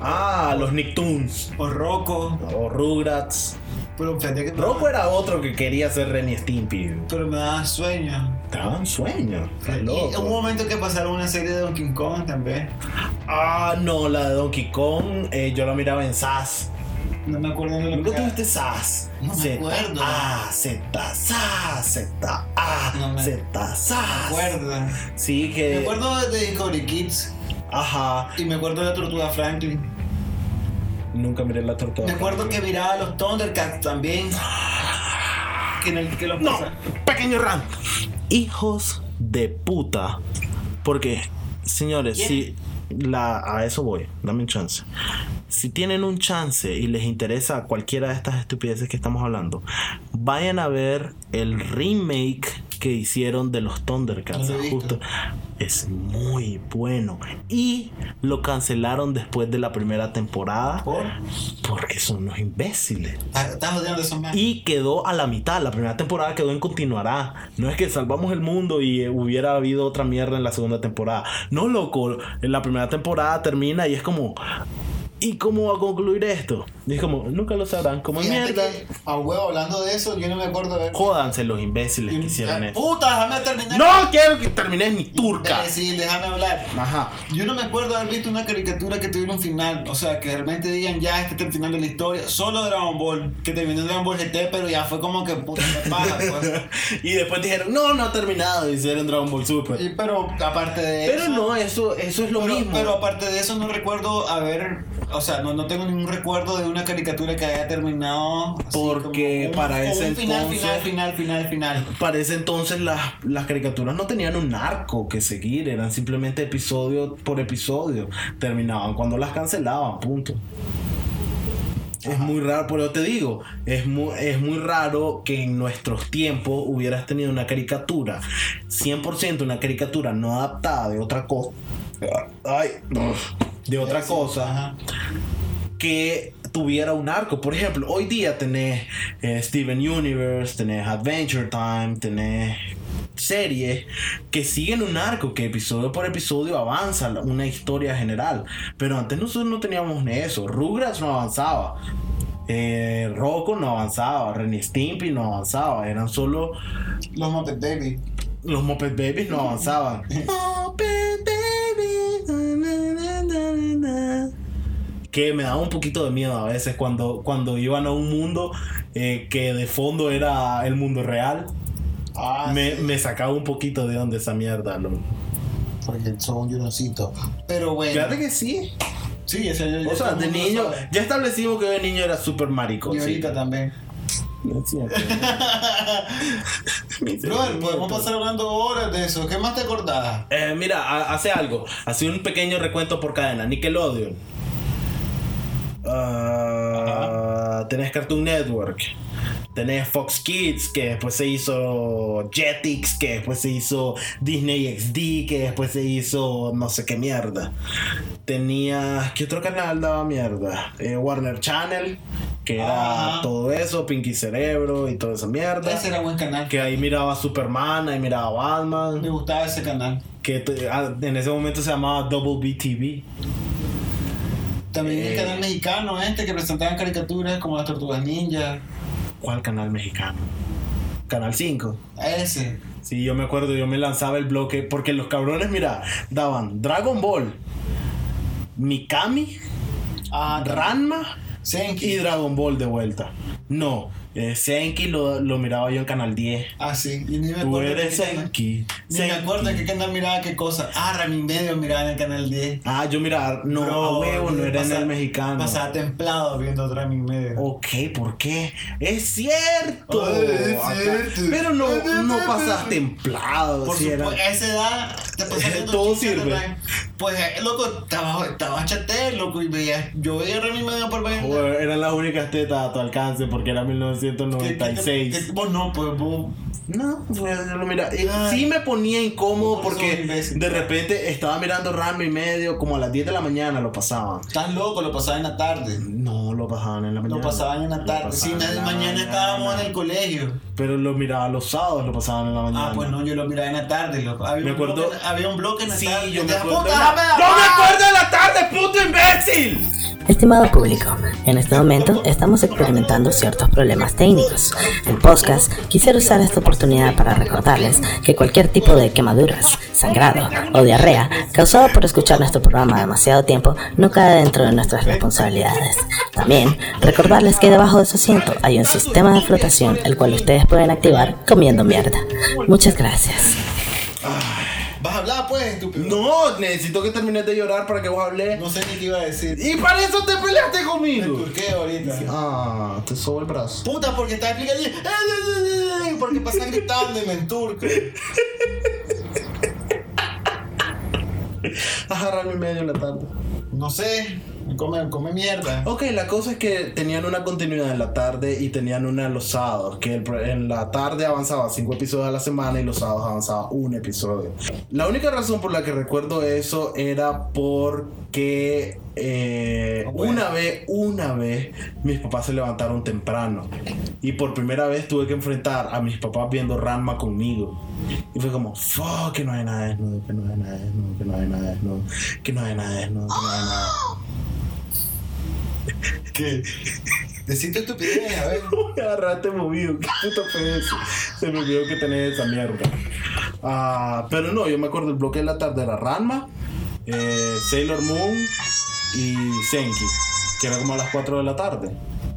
Ah, los Nicktoons
o Rocco.
o Rugrats.
Pero fíjate que me,
Rocco era otro que quería ser Ren y Stimpy.
pero me daban sueño.
Te daban sueño. estás
Y
loco.
hubo un momento que pasaron una serie de Donkey Kong también.
Ah, no, la de Donkey Kong, eh, yo la miraba en SAS.
No me acuerdo de lo
¿Nunca
que era.
tuviste SAS?
No me
Z,
acuerdo.
A, Z, SA, Z, A,
No me-
Z,
Me
SAS.
acuerdo.
Sí,
Me
que.
acuerdo de Discovery Kids
Ajá,
y me acuerdo de la Tortuga Franklin.
nunca miré la tortuga.
Me acuerdo que miraba a los Thundercats también. Que, en el, que los
No,
pasa-
pequeño Ram. Hijos de puta. Porque, señores,
¿Quién?
si la, a eso voy, dame un chance. Si tienen un chance y les interesa cualquiera de estas estupideces que estamos hablando, vayan a ver el remake que hicieron de los Thundercats.
No lo he visto.
Justo. Es muy bueno. Y lo cancelaron después de la primera temporada
¿Por?
porque son unos imbéciles.
Ah, Estás jodiendo esos más.
Y quedó a la mitad. La primera temporada quedó en continuará. No es que salvamos el mundo y eh, hubiera habido otra mierda en la segunda temporada. No, loco. En la primera temporada termina y es como. ¿Y cómo va a concluir esto? Y es como, nunca lo sabrán. Como
Fíjate
mierda.
que, a huevo, hablando de eso, yo no me acuerdo de.
Jódanse los imbéciles que hicieron
Ah,
eso.
Puta, déjame terminar.
No quiero que termines mi turca.
Dale, sí, déjame hablar.
Ajá.
Yo no me acuerdo haber visto una caricatura que tuviera un final. O sea, que realmente digan ya, este es el final de la historia. Solo Dragon Ball, que terminó en Dragon Ball GT, pero ya fue como que puta, me paja, pues.
Y después dijeron, no, no ha terminado. y Hicieron Dragon Ball Super.
Y, pero aparte de
Pero
eso.
no, eso, eso es lo
pero,
mismo.
pero aparte de eso, no recuerdo haber. O sea, no, no tengo ningún recuerdo de una caricatura que haya terminado. así
Porque
como un-
para
con
ese
un final,
entonces-
final, final, final, final.
Para ese entonces las, las caricaturas no tenían un arco que seguir, eran simplemente episodio por episodio. Terminaban cuando las cancelaban, punto. Es muy raro, por eso te digo, es muy, es muy raro que en nuestros tiempos hubieras tenido una caricatura, 100% una caricatura no adaptada de otra cosa. Ay, de otra
Sí,
cosa
ajá.
que tuviera un arco. Por ejemplo, hoy día tenés eh, Steven Universe, tenés Adventure Time, tenés series que siguen un arco, que episodio por episodio avanza la- una historia general. Pero antes nosotros no teníamos ni eso. Rugrats no avanzaba. Eh, Rocco no avanzaba, Renny Stimpy no avanzaba, eran solo
Los Muppet Baby.
los Muppet Babies no avanzaban. Muppet Babies, na, na, na, na, na. Que me daba un poquito de miedo a veces cuando, cuando iban a un mundo eh, que de fondo era el mundo real.
Ah,
Me, me sacaba un poquito de onda esa mierda, loco.
Porque son un lloroncito. Pero bueno.
Fíjate que sí.
Sí, ese yo-
O
ese
sea,
mundo
de
lo
niño,
sabe.
ya establecimos que de niño era súper marico.
Y ahorita también. Brother, podemos pasar hablando horas de eso. ¿Qué más te acordás?
Eh, mira, ha- hace algo. Hace un pequeño recuento por cadena. Nickelodeon. Ah, tenés Cartoon Network. Tenés Fox Kids, que después se hizo Jetix, que después se hizo Disney XD, que después se hizo no sé qué mierda. Tenías. ¿Qué otro canal daba mierda? Eh, Warner Channel, que era
Ajá.
todo eso, Pinky Cerebro y toda esa mierda.
Ese era buen canal.
Que ahí miraba Superman, ahí miraba Batman
Me gustaba ese canal.
que te- ah, en ese momento se llamaba Double BTV.
También el
Eh.
canal mexicano este que presentaban caricaturas como las tortugas ninja.
¿Cuál canal mexicano? Canal 5.
Ese.
Sí, yo me acuerdo, yo me lanzaba el bloque porque los cabrones, mira, daban Dragon Ball, Mikami,
Ah,
Ranma y
Senki.
Dragon Ball de vuelta. No, eh, Senki lo, lo miraba yo en Canal 10.
Ah, sí. Y ni me
Tú
acuerdo
eres
qué canal.
Senki.
Ni me
Senki.
acuerdo qué canal miraba qué cosa. Ah, Ramin Medio miraba en el canal 10.
Ah, yo miraba, no,
Bro,
a huevo, no era en
pasa-
el mexicano. Oh,
Pasaba templado viendo Ramin Medio.
Ok, ¿por qué? ¡Es cierto!
Ay, es
Acá-
cierto.
Pero no, no pasas templado.
Por
si era-
supuesto, a esa edad te pasas viendo
Todo
chistes,
sirve.
¿verdad? Pues, eh, loco, estaba, estaba chaté, loco, y veía, yo veía a Remy Medio por ver.
Joder, eran las únicas tetas a tu alcance porque era
¿Qué- qué te-
1996.
qué- Vos no, pues vos.
No, pues, yo lo mira. eh,
Ay.
Sí me ponía incómodo
Por eso soy
porque
imbécil.
de repente estaba mirando Rami y medio como a las 10 de la mañana lo pasaban.
Estás loco, lo pasaba en la tarde.
No, lo pasaban en la mañana.
Lo pasaban en la
Lo
tarde. Sí,
pasaban en
de
la
mañana estábamos
mañana.
en el colegio.
Pero lo miraba los sábados, lo pasaban en la mañana.
Ah, pues no, yo lo miraba en la tarde, loco. Había
Me
un
acuerdo-
bloque en- había un bloque en la
Sí,
tarde.
yo me
Te das
acuerdo.
puta,
de la-
déjame la
¡No me
paz!
acuerdo de la tarde, puto imbécil!
Estimado público, en este momento estamos experimentando ciertos problemas técnicos. En podcast quisiera usar esta oportunidad para recordarles que cualquier tipo de quemaduras, sangrado o diarrea causado por escuchar nuestro programa demasiado tiempo no cae dentro de nuestras responsabilidades. También recordarles que debajo de su asiento hay un sistema de flotación el cual ustedes pueden activar comiendo mierda. Muchas gracias.
Vas a hablar, pues, estúpido.
No, necesito que termines de llorar para que vos hables.
No sé ni qué iba a decir.
Y para eso te peleaste
El
conmigo.
turqueo ahorita.
Ah, te sobo el brazo.
Puta, porque estás explicando. Porque pasan gritándome en turco.
Ajá, Rami medio en la tarde.
No sé, come, come mierda.
Ok, la cosa es que tenían una continuidad en la tarde y tenían una los sábados, que el pro- en la tarde avanzaba cinco episodios a la semana y los sábados avanzaba un episodio. La única razón por la que recuerdo eso era porque eh,
Bueno.
una vez, una vez, mis papás se levantaron temprano y por primera vez tuve que enfrentar a mis papás viendo Ranma conmigo. Y fue como, fuck, que no hay nada desnudo, que no hay nada desnudo, que no hay nada desnudo, que no hay nada desnudo, que no hay nada.
¿Qué? Deciste estupidez, a ver.
Me agarraste movido. ¿Qué puta fue eso? Se me olvidó que tenés esa mierda. Ah, pero no, yo me acuerdo el bloque de la tarde era Ranma, eh, Sailor Moon y Senki, que era como a las 4 de la tarde.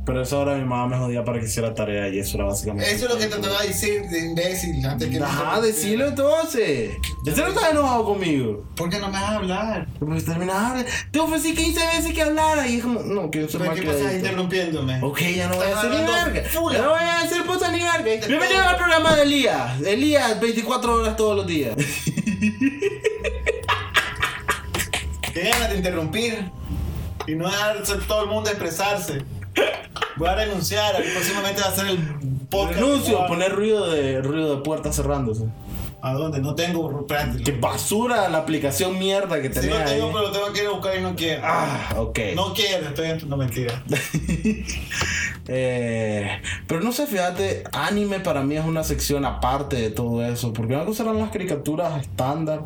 Pero eso ahora mi mamá me jodía para que hiciera tarea y eso era básicamente.
Eso es lo que te iba a decir de imbécil antes que.
Ajá, decilo entonces. ¿Este no está enojado conmigo?
¿Por qué no me vas a hablar?
Porque terminaba, te ofrecí 15 veces que hablara y es como, no, quiero ser
¿Por
más
qué pasas
quedadito.
interrumpiéndome?
Ok, ya no voy a
Estás
hacer ni
hablando
verga.
full.
Ya no voy a hacer puta ni verga. Bienvenido al programa de Elías. Elías, 24 horas todos los días.
Qué ganas de interrumpir y no dejar a todo el mundo expresarse. Voy a renunciar, próximamente va a ser el podcast.
Renuncio a poner ruido de, ruido de puertas cerrándose.
¿A dónde? No tengo. Espérate.
Qué basura la aplicación mierda que
Sí
tenés
lo
ahí.
tengo, pero tengo que ir a buscar y no quiero.
Ah, ok.
No quiero, estoy en no, mentira.
Eh, pero no sé, fíjate, anime para mí es una sección aparte de todo eso, porque una cosa eran las caricaturas estándar.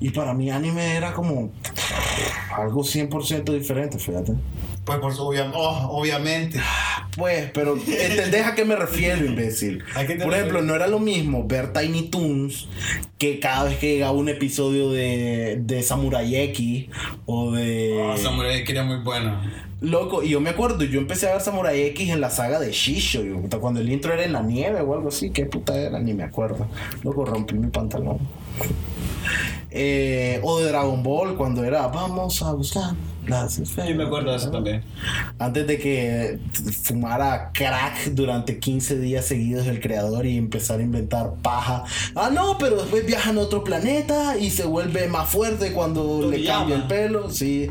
Y para mí anime era como algo 100% diferente, fíjate.
Pues por su, obvia- oh, obviamente.
Pues, pero ¿entendés a qué me refiero, imbécil?
¿A qué te
Por ejemplo,
refieres?
no era lo mismo ver Tiny Toons que cada vez que llegaba un episodio de, de Samurai X o de...
Oh, Samurai que era muy bueno.
Loco, y yo me acuerdo, yo empecé a ver Samurai X en la saga de Shisho, yo, puta, cuando el intro era en la nieve o algo así, qué puta era, ni me acuerdo. Loco, rompí mi pantalón. Eh, o de Dragon Ball, cuando era, vamos a buscar las esferas".
Yo me acuerdo de eso también.
Antes de que fumara crack durante 15 días seguidos el creador y empezar a inventar paja. Ah, no, pero después viajan a otro planeta y se vuelve más fuerte cuando le
Toriyama.
cambia el pelo. Sí,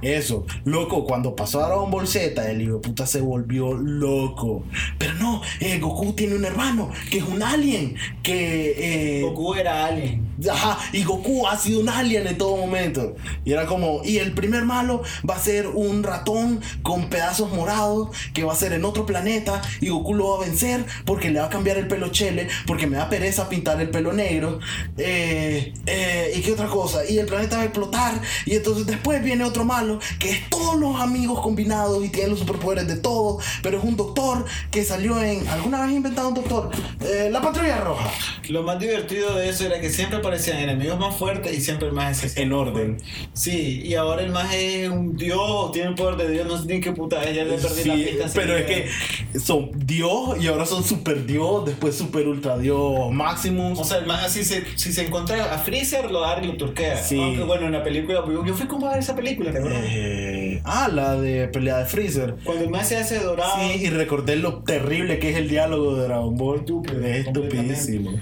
eso. Loco, cuando pasó a Dragon Ball Z, el hijo de puta se volvió loco. Pero no, eh, Goku tiene un hermano que es un alien. Que. eh,
Goku era alien.
Ajá, y Goku ha sido un alien en todo momento. Y era como, y el primer malo va a ser un ratón con pedazos morados que va a ser en otro planeta y Goku lo va a vencer porque le va a cambiar el pelo chele, porque me da pereza pintar el pelo negro. Eh, eh, ¿Y qué otra cosa? Y el planeta va a explotar y entonces después viene otro malo que es todos los amigos combinados y tiene los superpoderes de todos, pero es un doctor que salió en... ¿Alguna vez inventado un doctor? Eh, la patrulla roja.
Lo más divertido de eso era que siempre aparecían enemigos más fuertes y siempre el más ese.
En orden.
Sí, y ahora el más es un dios, tiene el poder de dios, no sé ni qué puta es, ya le perdí la
Sí,
pista.
pero es que son Dios y ahora son super Dios, después super ultra Dios, Maximus.
O sea, el más si se, si se encuentra a Freezer, lo agarra y lo turquea.
Sí.
Aunque bueno, en la película, yo yo fui como a ver esa película, ¿te acuerdas?
Eh, ah, la de pelea de Freezer.
Cuando el más se hace dorado.
Sí, y recordé lo terrible que es el diálogo de Dragon Ball.
Estúpido,
es estupidísimo.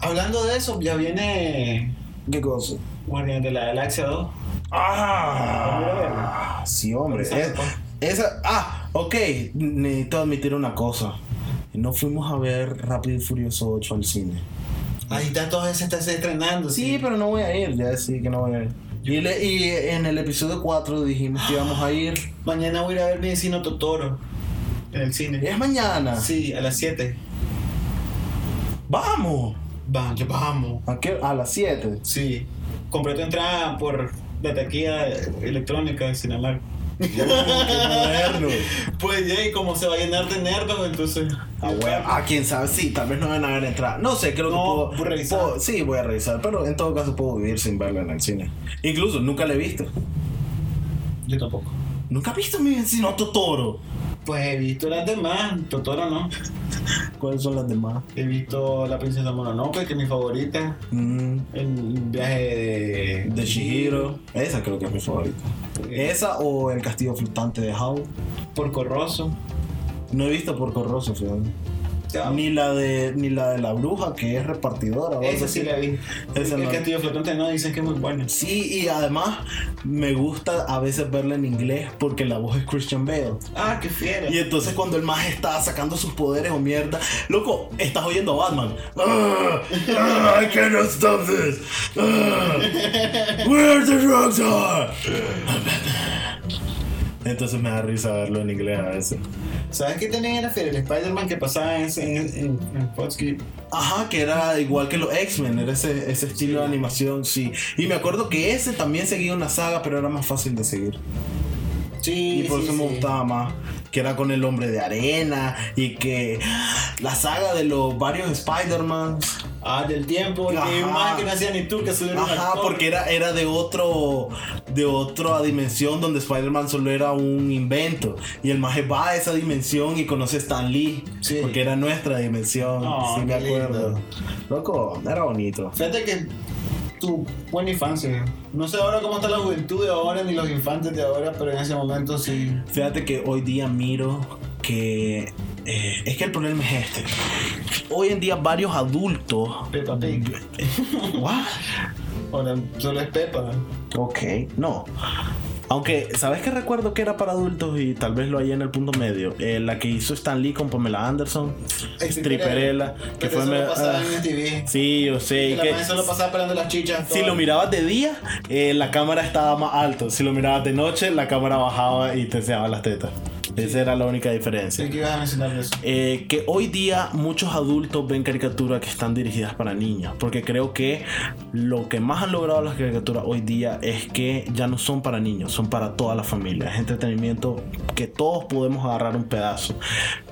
Hablando de eso, ya viene
¿Qué cosa?
Guardianes de la Galaxia 2.
Ah, sí, hombre.
Esa-
Es- esa, ah, ok. Necesito admitir una cosa. No fuimos a ver Rápido y Furioso 8 al cine.
Ahí está todo ese, está se estrenando.
Sí, pero no voy a ir, ya sí que no voy a ir. Y, le- y en el episodio 4 dijimos que íbamos a ir.
Mañana voy a ir a ver mi vecino Totoro en el cine.
Es mañana.
Sí, a las 7.
Vamos.
Vamos, vamos.
¿A, qué- a las 7.
Sí. Compré tu entrada por la taquilla electrónica de Cinemark.
moderno.
Pues ya, y como se va a llenar de nerdos, entonces.
A Ah, quién sabe, sí, tal vez no van a ver entrar. No sé, creo
No,
que puedo,
voy a revisar.
puedo- Sí, voy a revisar, pero en todo caso puedo vivir sin verla en el cine. Incluso nunca la he visto.
Yo tampoco.
Nunca he visto a mi vecino Totoro.
Pues he visto las demás, Totoro no.
¿Cuáles son las demás?
He visto La Princesa Mononoke, que es mi favorita.
Mm,
El viaje de.
de Shihiro. Esa creo que es mi favorita.
¿Eh?
Esa o El Castillo Flotante de Howl.
Por Corroso.
No he visto por Corroso, fíjate. Ni la de ni la de la bruja que es repartidora. o algo
Esa sí
así.
la vi.
Esa
el
no.
castillo flotante no, dicen que es muy buena.
Sí, y además me gusta a veces verla en inglés porque la voz es Christian Bale.
Ah, qué fiera.
Y entonces cuando el más está sacando sus poderes o mierda, loco, estás oyendo a Batman. Ah, ah, I cannot stop this. Ah, where the drugs are. I'm Batman. Entonces me da risa verlo en inglés a veces.
¿Sabes qué también era fiera? El Spider-Man que pasaba en, en, en, en Fox Kids.
Ajá, que era igual que los X-Men, era ese, ese estilo de animación, sí. Y me acuerdo que ese también seguía una saga, pero era más fácil de seguir.
Sí,
Y por
sí,
eso me
sí.
gustaba más. Que era con el hombre de arena y que la saga de los varios Spider-Man.
Ah, del tiempo. Y
Ajá.
hay un man que no hacía ni tú que subieron
Ajá, porque era, era de otro de otra dimensión donde Spider-Man solo era un invento. Y el maje va a esa dimensión y conoce a Stan Lee.
Sí.
Porque era nuestra dimensión.
Oh,
sí, me
qué lindo.
acuerdo. Loco, era bonito.
Fíjate que tu buena infancia. No sé ahora cómo está la juventud de ahora ni los infantes de ahora, pero en ese momento sí.
Fíjate que hoy día miro que... eh, es que el problema es este. Hoy en día varios adultos...
Peppa Pig.
¿What?
Ahora solo es Peppa.
Ok, no. Aunque, ¿sabes qué recuerdo que era para adultos y tal vez lo hallé en el punto medio? Eh, la que hizo Stan Lee con Pamela Anderson, Triperella, que
Pero
fue.
eso lo
me-
pasaba
ah,
en MTV.
sí, yo sé.
Que
y
la
que-
madre solo pasaba pelando las chichas.
si
todo.
lo mirabas de día, eh, la cámara estaba más alto. Si lo mirabas de noche, la cámara bajaba y te enseñaba las tetas. Esa era la única diferencia.
Sí, que ibas a mencionar eso.
Eh, que hoy día muchos adultos ven caricaturas que están dirigidas para niños, porque creo que lo que más han logrado las caricaturas hoy día es que ya no son para niños, son para toda la familia, es entretenimiento que todos podemos agarrar un pedazo.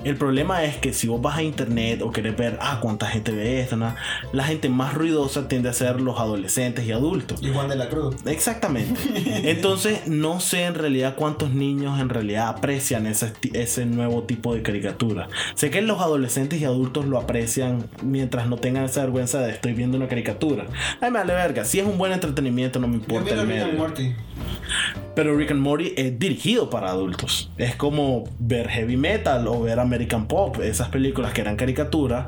El problema es que si vos vas a internet o querés ver, ah, cuánta gente ve esto, na, la gente más ruidosa tiende a ser los adolescentes y adultos.
Y Juan de la Cruz.
Exactamente. Entonces, no sé en realidad cuántos niños en realidad aprecian ese, esti- ese nuevo tipo de caricatura. Sé que los adolescentes y adultos lo aprecian mientras no tengan esa vergüenza de estoy viendo una caricatura. Ay, me vale verga. Si es un buen entretenimiento, no me
Yo
importa
miro
el
Rick and
medio.
Morty.
Pero Rick and Morty es dirigido para adultos. Es como ver heavy metal o ver American Pop, esas películas que eran caricaturas.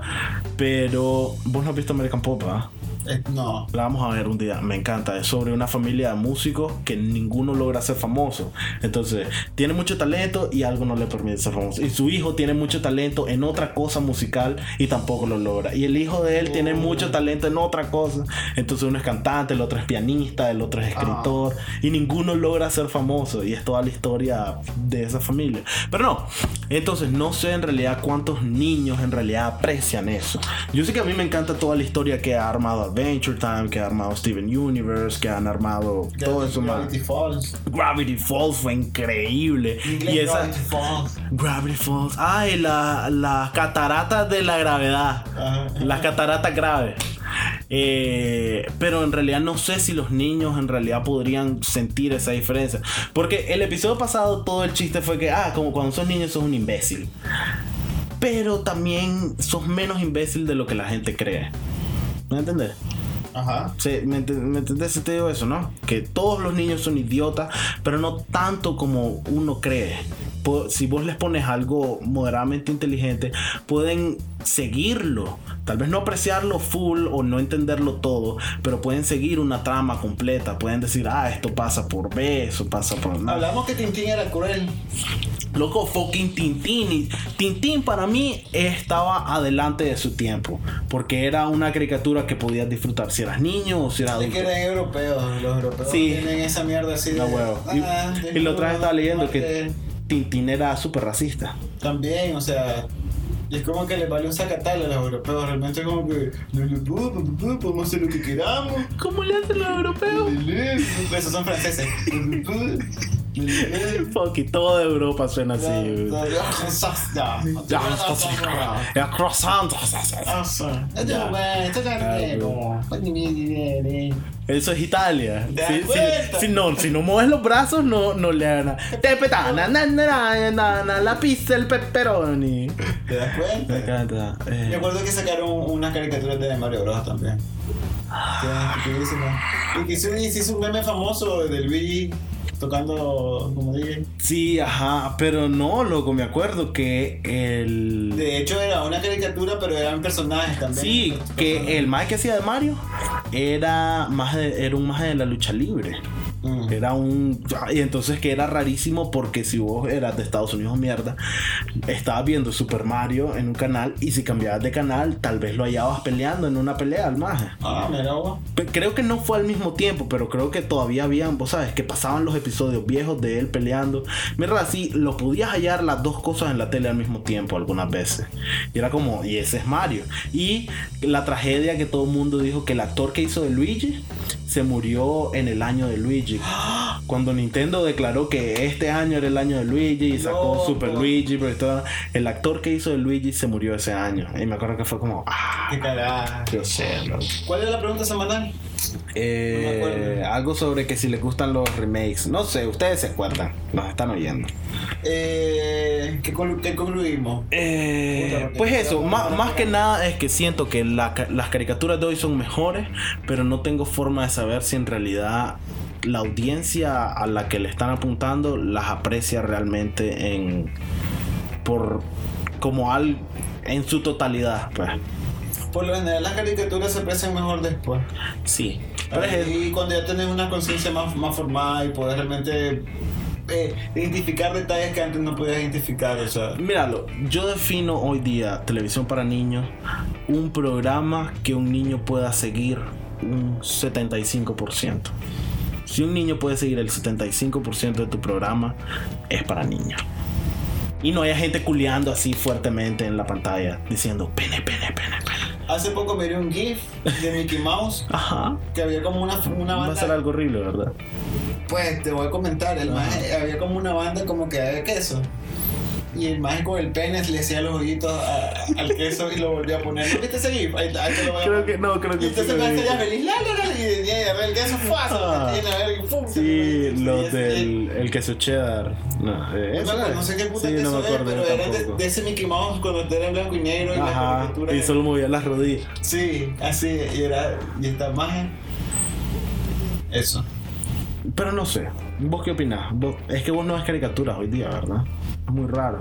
Pero vos no has visto American Pop, ¿verdad?
Eh, no.
La vamos a ver un día, me encanta. Es sobre una familia de músicos que ninguno logra ser famoso. Entonces, tiene mucho talento y algo no le permite ser famoso. Y su hijo tiene mucho talento en otra cosa musical y tampoco lo logra. Y el hijo de él tiene mucho talento en otra cosa. Entonces, uno es cantante, el otro es pianista, el
Ah.
otro es escritor. Y ninguno logra ser famoso. Y es toda la historia de esa familia. Pero no, entonces no sé en realidad cuántos niños en realidad aprecian eso. Yo sé que a mí me encanta toda la historia que ha armado Adventure Time, que ha armado Steven Universe, que han armado todo eso más.
Gravity Falls.
Gravity Falls fue increíble.
En inglés,
Y esa
Gravity Falls.
Gravity Falls, ay, la- las cataratas de la gravedad.
Ajá.
Las cataratas graves. Eh, pero en realidad no sé si los niños en realidad podrían sentir esa diferencia. Porque el episodio pasado todo el chiste fue que, ah, como cuando sos niño sos un imbécil. Pero también sos menos imbécil de lo que la gente cree. ¿Me entendés?
Ajá.
Sí, ¿Me ent- me entendés si te digo eso, no? Que todos los niños son idiotas, pero no tanto como uno cree. Po- Si vos les pones algo moderadamente inteligente, pueden seguirlo. Tal vez no apreciarlo full o no entenderlo todo, pero pueden seguir una trama completa. Pueden decir, ah, esto pasa por B, eso pasa por nada.
Hablamos que Tintín era cruel.
Loco, fucking Tintín. Y Tintín para mí estaba adelante de su tiempo, porque era una caricatura que podías disfrutar si eras niño o si eras
Es
adulto.
que eran europeos. Los europeos
Sí.
tienen esa mierda así de.
No huevo. Y,
ah,
y la otra vez estaba leyendo que
muerte.
Tintín era súper racista.
También, o sea. Y es como que les vale un sacatal a los europeos. Realmente es como que. "No, no, no, no, no, Podemos hacer lo que queramos.
¿Cómo le hacen los europeos?
Esos son franceses.
Fuck, y toda Europa suena así. güey. Ya, estás-
Así.
ya, croissant. Ya. Eso es Italia.
¿Te das
Si, si-
cuenta?
si no, si no mueves los brazos, no, no le hagan nada. Te petana, na, na, na, na, na, la pizza, el pepperoni.
¿Te das
Me
cuenta?
encanta. eh.
Me acuerdo que sacaron unas caricaturas de Mario Bros también.
Ah.
Que- que hizo, ¿no? Y que hizo, y se hizo un meme famoso de Luigi tocando, como dije.
Sí, ajá, pero no, loco, me acuerdo que el...
De hecho, era una caricatura, pero eran personajes también.
Sí, que el más que hacía de Mario era más de- era un más de la lucha libre.
Mm.
Era un. Y entonces que era rarísimo porque si vos eras de Estados Unidos, mierda, estabas viendo Super Mario en un canal y si cambiabas de canal, tal vez lo hallabas peleando en una pelea al maje.
Ah, mira vos.
Pe- Creo que no fue al mismo tiempo, pero creo que todavía habían, vos sabes, que pasaban los episodios viejos de él peleando. Mira, así lo podías hallar las dos cosas en la tele al mismo tiempo algunas veces. Y era como, y ese es Mario. Y la tragedia que todo el mundo dijo que el actor que hizo de Luigi se murió en el año de Luigi. Cuando Nintendo declaró que este año era el año de Luigi y sacó
Loco.
Super Luigi, pero todo, el actor que hizo de Luigi se murió ese año. Y me acuerdo que fue como, ah,
Qué carajo.
yo sé, loco.
¿Cuál era la pregunta semanal?
Eh,
No me acuerdo.
algo sobre que si les gustan los remakes. No sé, ustedes se acuerdan. Nos están oyendo.
Eh, ¿qué, conclu- qué concluimos? Puta, porque
pues
te
eso,
da
más,
una
más que nada es que siento que la ca- las caricaturas de hoy son mejores, pero no tengo forma de saber si en realidad la audiencia a la que le están apuntando las aprecia realmente en por como al en su totalidad, pues.
Por lo general las caricaturas se aprecian mejor después.
Sí. Pues, eh, Pero es
y cuando ya tenés una conciencia más, más formada y podés realmente eh, identificar detalles que antes no podías identificar, o sea.
Míralo, yo defino hoy día televisión para niños un programa que un niño pueda seguir un 75%. Si un niño puede seguir el 75% de tu programa, es para niños. Y no haya gente culeando así fuertemente en la pantalla diciendo pene, pene, pene, pene.
Hace poco miré un GIF de Mickey Mouse
Ajá.
que había como una, una
Va a ser
banda.
algo horrible, ¿verdad?
Pues te voy a comentar, el maje- había como una banda como que de queso. Y el maje con el pene le hacía los ojitos a- al queso y lo volvió a poner. ¿No viste ese GIF? Ahí, ahí te lo voy a
Creo
poner.
que no, creo
Y
que
entonces
sí
me
lo vi.
hace ya feliz, la, la, la, y ya, ya, el queso fue
Ah.
así, la verga, y pum, se
Sí,
lo- y
los
ese-
del el queso cheddar. No, eh, eso
Bueno, pues,
era.
no sé qué puta
Sí,
que
no
eso
me
es,
acuerdo
pero
yo
era de,
tampoco.
de ese Mickey Mouse cuando era en blanco y negro y la
Ajá,
caricatura
y
era-
solo movía las rodillas.
Sí, así, y era. Y esta magia. Eso.
Pero no sé, ¿vos qué opinás? Vos- es que vos no ves caricaturas hoy día, ¿verdad? Es muy raro.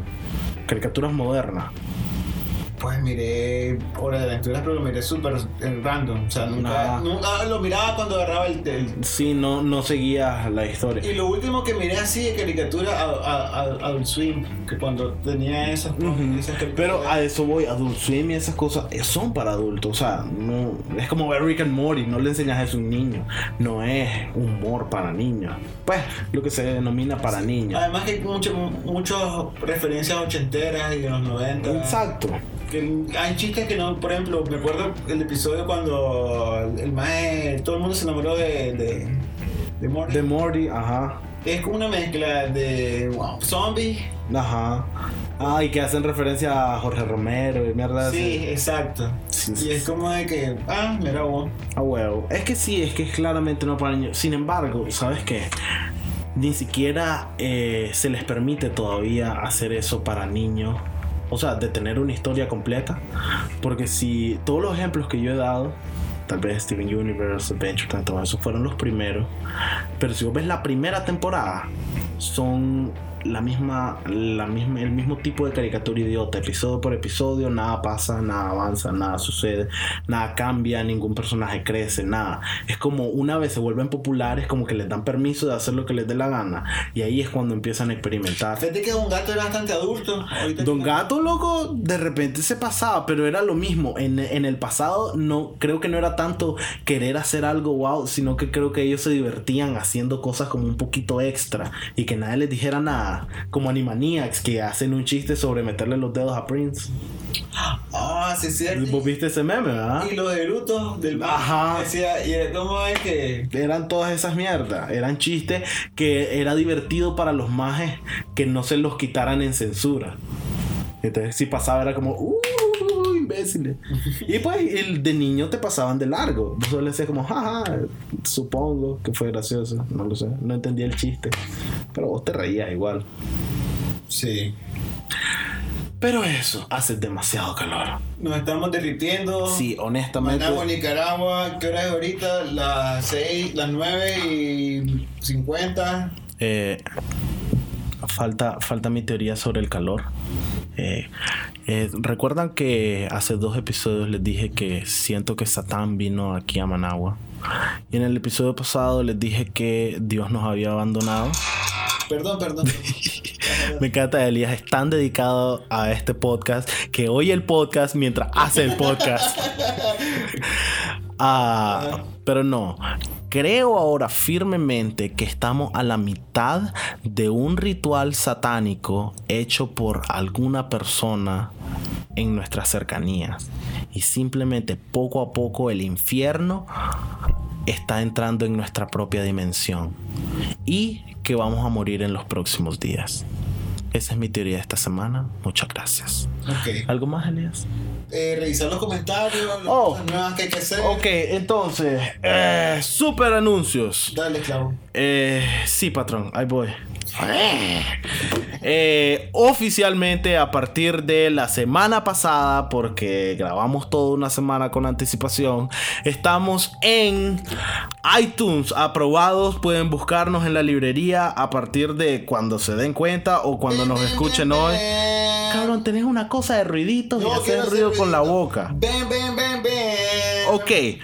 Caricaturas modernas.
Pues miré Hora de Aventuras, pero lo miré súper eh, random. O sea, nunca,
Ajá.
nunca lo miraba cuando agarraba el, tel.
Sí, no, no seguías la historia.
Y lo último que miré así de caricatura a, a, a- al swim, que cuando tenía esas,
Ujú.
esas
Pero ah, a eso voy, Adult Swim y esas cosas eh, son para adultos, o sea, no, es como ver Rick and Morty, no le enseñas eso a un niño, no es humor para niños, pues lo que se denomina para niños.
Además que mucho- muchas referencias ochenteras y de los 90.
Exacto.
Que hay chistes que no, por ejemplo, me acuerdo el episodio cuando el mae, todo el mundo se enamoró de, de, de Morty.
De Morty, ajá,
Es como una mezcla de wow, zombie.
ajá. Ah, y que hacen referencia a Jorge Romero y mierda de
Sí, exacto.
Ah, Sí, sí,
Y es como de que, ah, mira vos.
A huevo. Es que sí, es que es claramente no para niños. Sin embargo, ¿sabes qué? Ni siquiera eh, se les permite todavía hacer eso para niños. O sea, de tener una historia completa. Porque si todos los ejemplos que yo he dado, tal vez Steven Universe, Adventure Time, todo eso fueron los primeros. Pero si vos ves la primera temporada, son la misma, la misma, el mismo tipo de caricatura idiota, episodio por episodio, nada pasa, nada avanza, nada sucede, nada cambia, ningún personaje crece, nada. Es como una vez se vuelven populares, como que les dan permiso de hacer lo que les dé la gana. Y ahí es cuando empiezan a experimentar.
Fíjate que Don Gato era bastante adulto. Ahorita
Don Gato, loco, de repente se pasaba, pero era lo mismo. En, en el pasado, no creo que no era tanto querer hacer algo wow, sino que creo que ellos se divertían haciendo cosas como un poquito extra y que nadie les dijera nada. Como Animaniacs, que hacen un chiste sobre meterle los dedos a Prince.
Ah, sí, es cierto.
Vos viste ese meme, ¿verdad?
Y los erutos del mae.
Ajá.
Decía, y era como de que.
Eran todas esas mierdas, eran chistes que era divertido para los majes que no se los quitaran en censura. Entonces si pasaba era como, uh, imbéciles. Y pues el de niño te pasaban de largo. Vos solo decías como, jaja, supongo que fue gracioso, no lo sé, no entendía el chiste. Pero vos te reías igual.
Sí.
Pero eso, hace demasiado calor.
Nos estamos derritiendo.
Sí, honestamente.
Managua, Nicaragua, ¿qué hora es ahorita? Las 6, las 9 y 50.
Eh, falta, falta mi teoría sobre el calor. Eh, eh, Recuerdan que hace dos episodios les dije que siento que Satán vino aquí a Managua. Y en el episodio pasado les dije que Dios nos había abandonado.
Perdón, perdón.
Me encanta, Elías es tan dedicado a este podcast que oye el podcast mientras hace el podcast. Ah, pero no, creo ahora firmemente que estamos a la mitad de un ritual satánico hecho por alguna persona en nuestras cercanías. Y simplemente poco a poco el infierno está entrando en nuestra propia dimensión. Y que vamos a morir en los próximos días. Esa es mi teoría de esta semana. Muchas gracias.
ok.
¿Algo más, Elías?
Eh, revisar los comentarios, las
Oh.
cosas nuevas que hay que hacer.
Ok, entonces, eh, super anuncios.
Dale, Clavo.
Eh, sí, patrón, ahí voy. Eh, oficialmente a partir de la semana pasada, porque grabamos toda una semana con anticipación, estamos en iTunes aprobados. Pueden buscarnos en la librería a partir de cuando se den cuenta o cuando nos escuchen hoy. Cabrón, tenés una cosa de ruiditos y
No
hacer
quiero
ruido
hacer
con la
ruidito.
boca.
Ven, ven, ven, ven.
Ok.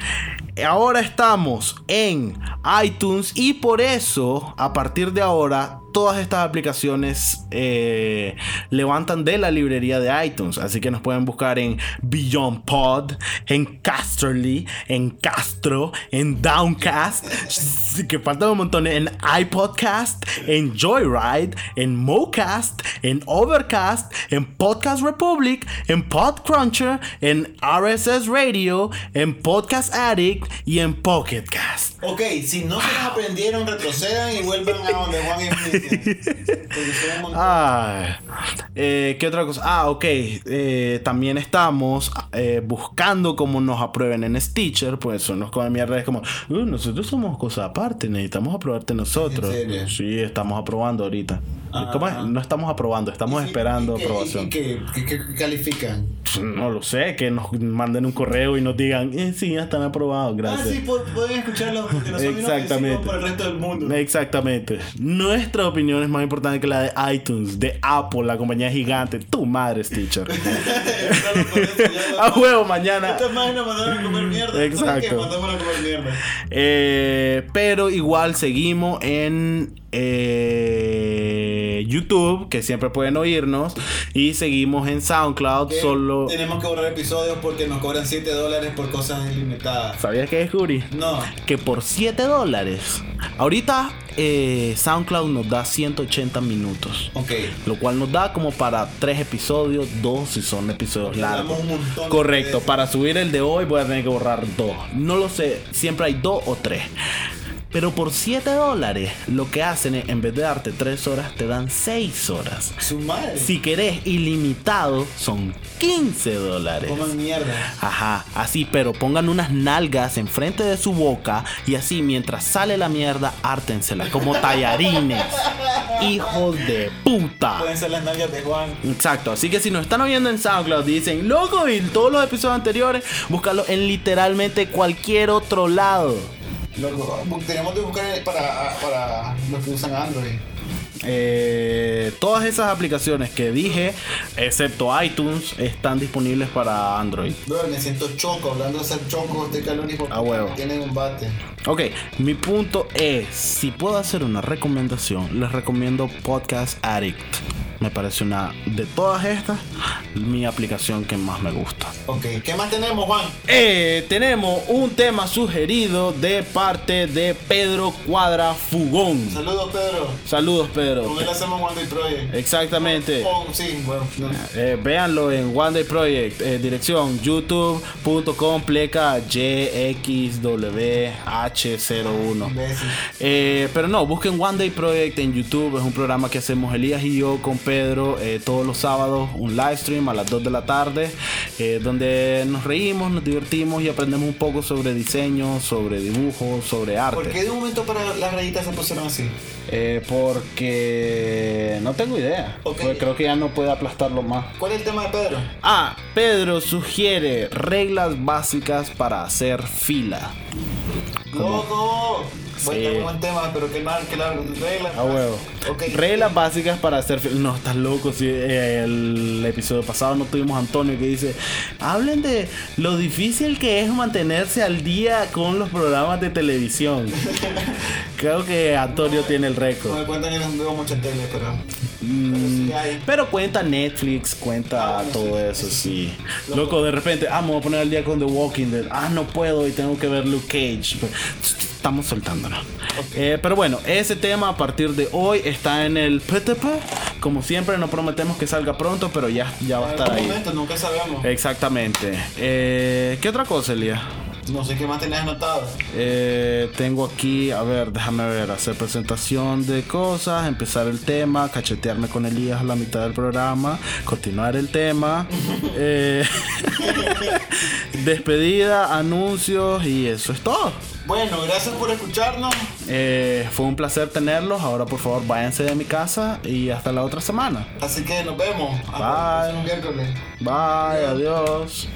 ahora estamos en iTunes y por eso, a partir de ahora, todas estas aplicaciones eh, levantan de la librería de iTunes. Así que nos pueden buscar en Beyond Pod, en Casterly, en Castro, en Downcast, sí, que faltan un montón, en iPodcast, en Joyride, en Mocast, en Overcast, en Podcast Republic, en Podcruncher, en RSS Radio, en Podcast Addict y en Pocketcast.
Ok, si no se las aprendieron, retrocedan y vuelvan a donde Juan y Cristian. Porque son un montón.
Ah, eh, ¿qué otra cosa? Ah, ok. eh, también estamos eh, buscando cómo nos aprueben en Stitcher, pues son los de mierda. Es como, "Uh, nosotros somos cosas aparte, necesitamos aprobarte nosotros.
¿En serio?
Sí, estamos aprobando ahorita.
Ah.
¿Cómo es? No estamos aprobando, estamos
Y-
esperando
y que-
aprobación.
y que- que- que- que califican?
Pff, No lo sé, que nos manden un correo y nos digan, eh, sí, ya están aprobados,
Ah,
gracias.
sí, po- pueden escucharlos porque no son
Exactamente.
inofensivos por el resto del mundo.
Exactamente. Nuestra opinión es más importante que la de iTunes, de Apple, la compañía gigante. Tu madre, Stitcher.
Solo por eso ya lo-
A huevo, mañana.
Estas madres nos mandaron a comer mierda.
Ah, Exacto.
Exacto. mandaron a comer mierda.
Eh, pero igual seguimos en eh, YouTube, que siempre pueden oírnos. Y seguimos en SoundCloud,
Que
solo...
Tenemos que borrar episodios porque nos cobran 7 dólares por cosas ilimitadas.
¿Sabías que descubrí?
No.
Que por 7 dólares. Ahorita eh, SoundCloud nos da 180 minutos.
Ok.
Lo cual nos da como para tres episodios, dos si son episodios
Le damos
largos.
un montón de
Correcto,
veces.
para subir el de hoy voy a tener que borrar dos. No lo sé, siempre hay dos o tres. Pero por 7 dólares, lo que hacen es, en vez de darte 3 horas, te dan 6 horas.
Su madre.
Si querés ilimitado, son 15 dólares.
Coman mierda.
Ajá, así, pero pongan unas nalgas enfrente de su boca y así mientras sale la mierda, ártensela como tallarines. Hijos de puta.
Pueden ser las nalgas de Juan.
Exacto, así que si nos están oyendo en SoundCloud y dicen, loco, y todos los episodios anteriores, búscalo en literalmente cualquier otro lado.
Loco, bu- tenemos que buscar para, para los que usan Android.
Eh, todas esas aplicaciones que dije, excepto iTunes, están disponibles para Android.
Bro, me siento choco hablando de ser choco, estoy calor y porque
A huevo.
tienen un bate.
Ok, mi punto es, si puedo hacer una recomendación, les recomiendo Podcast Addict. Me parece una de todas estas, mi aplicación que más me gusta.
Ok, ¿qué más tenemos, Juan?
Eh, tenemos un tema sugerido de parte de Pedro Cuadra Fugón.
Saludos, Pedro.
Saludos, Pedro.
Con él hacemos One Day Project.
Exactamente.
Pon- Oh, sí, bueno, no.
Eh, véanlo en One Day Project, eh, dirección youtube.com pleca YXWH01.
imbécil.
Eh, pero no, busquen One Day Project en YouTube. Es un programa que hacemos Elías y yo con Pedro eh, todos los sábados, un live stream a las 2 de la tarde, eh, donde nos reímos, nos divertimos y aprendemos un poco sobre diseño, sobre dibujo, sobre arte.
¿Por qué de un momento para las rayitas se pusieron así?
Eh, porque no tengo idea.
Ok.
Porque creo que ya no puede aplastarlo más.
¿Cuál es el tema de Pedro?
Ah, Pedro sugiere reglas básicas para hacer fila.
Loco. Bueno,
Sí.
buen tema, pero qué mal, qué largo. Reglas.
A huevo.
Ok.
Reglas básicas para hacer fila. No, estás loco. Si el episodio pasado no tuvimos a Antonio que dice: Hablen de lo difícil que es mantenerse al día con los programas de televisión. creo que Antonio tiene el
No
récord.
me cuentan que no veo mucha tele, pero.
Mm,
Pero sí hay.
Pero cuenta Netflix, cuenta
Ah, bueno,
todo
sí,
eso, sí. Loco, de repente, ah, me voy a poner al día con The Walking Dead. Ah, no puedo y tengo que ver Luke Cage. Pues, Estamos soltándonos. Eh, pero bueno, ese tema a partir de hoy está en el PTP. Como siempre, no prometemos que salga pronto, pero ya, ya va a
En
estar Ah,
algún
ahí.
momento, nunca sabemos.
Exactamente. Eh, ¿Qué otra cosa, Elías?
No sé qué más tenías anotado.
Eh, tengo aquí, a ver, déjame ver, hacer presentación de cosas, empezar el tema, cachetearme con Elías a la mitad del programa, continuar el tema, eh, despedida, anuncios y eso es todo.
Bueno, gracias por escucharnos.
Eh, fue un placer tenerlos, ahora por favor váyanse de mi casa y hasta la otra semana.
Así que nos vemos. Hasta
Bye.
el próximo miércoles.
Bye, adiós.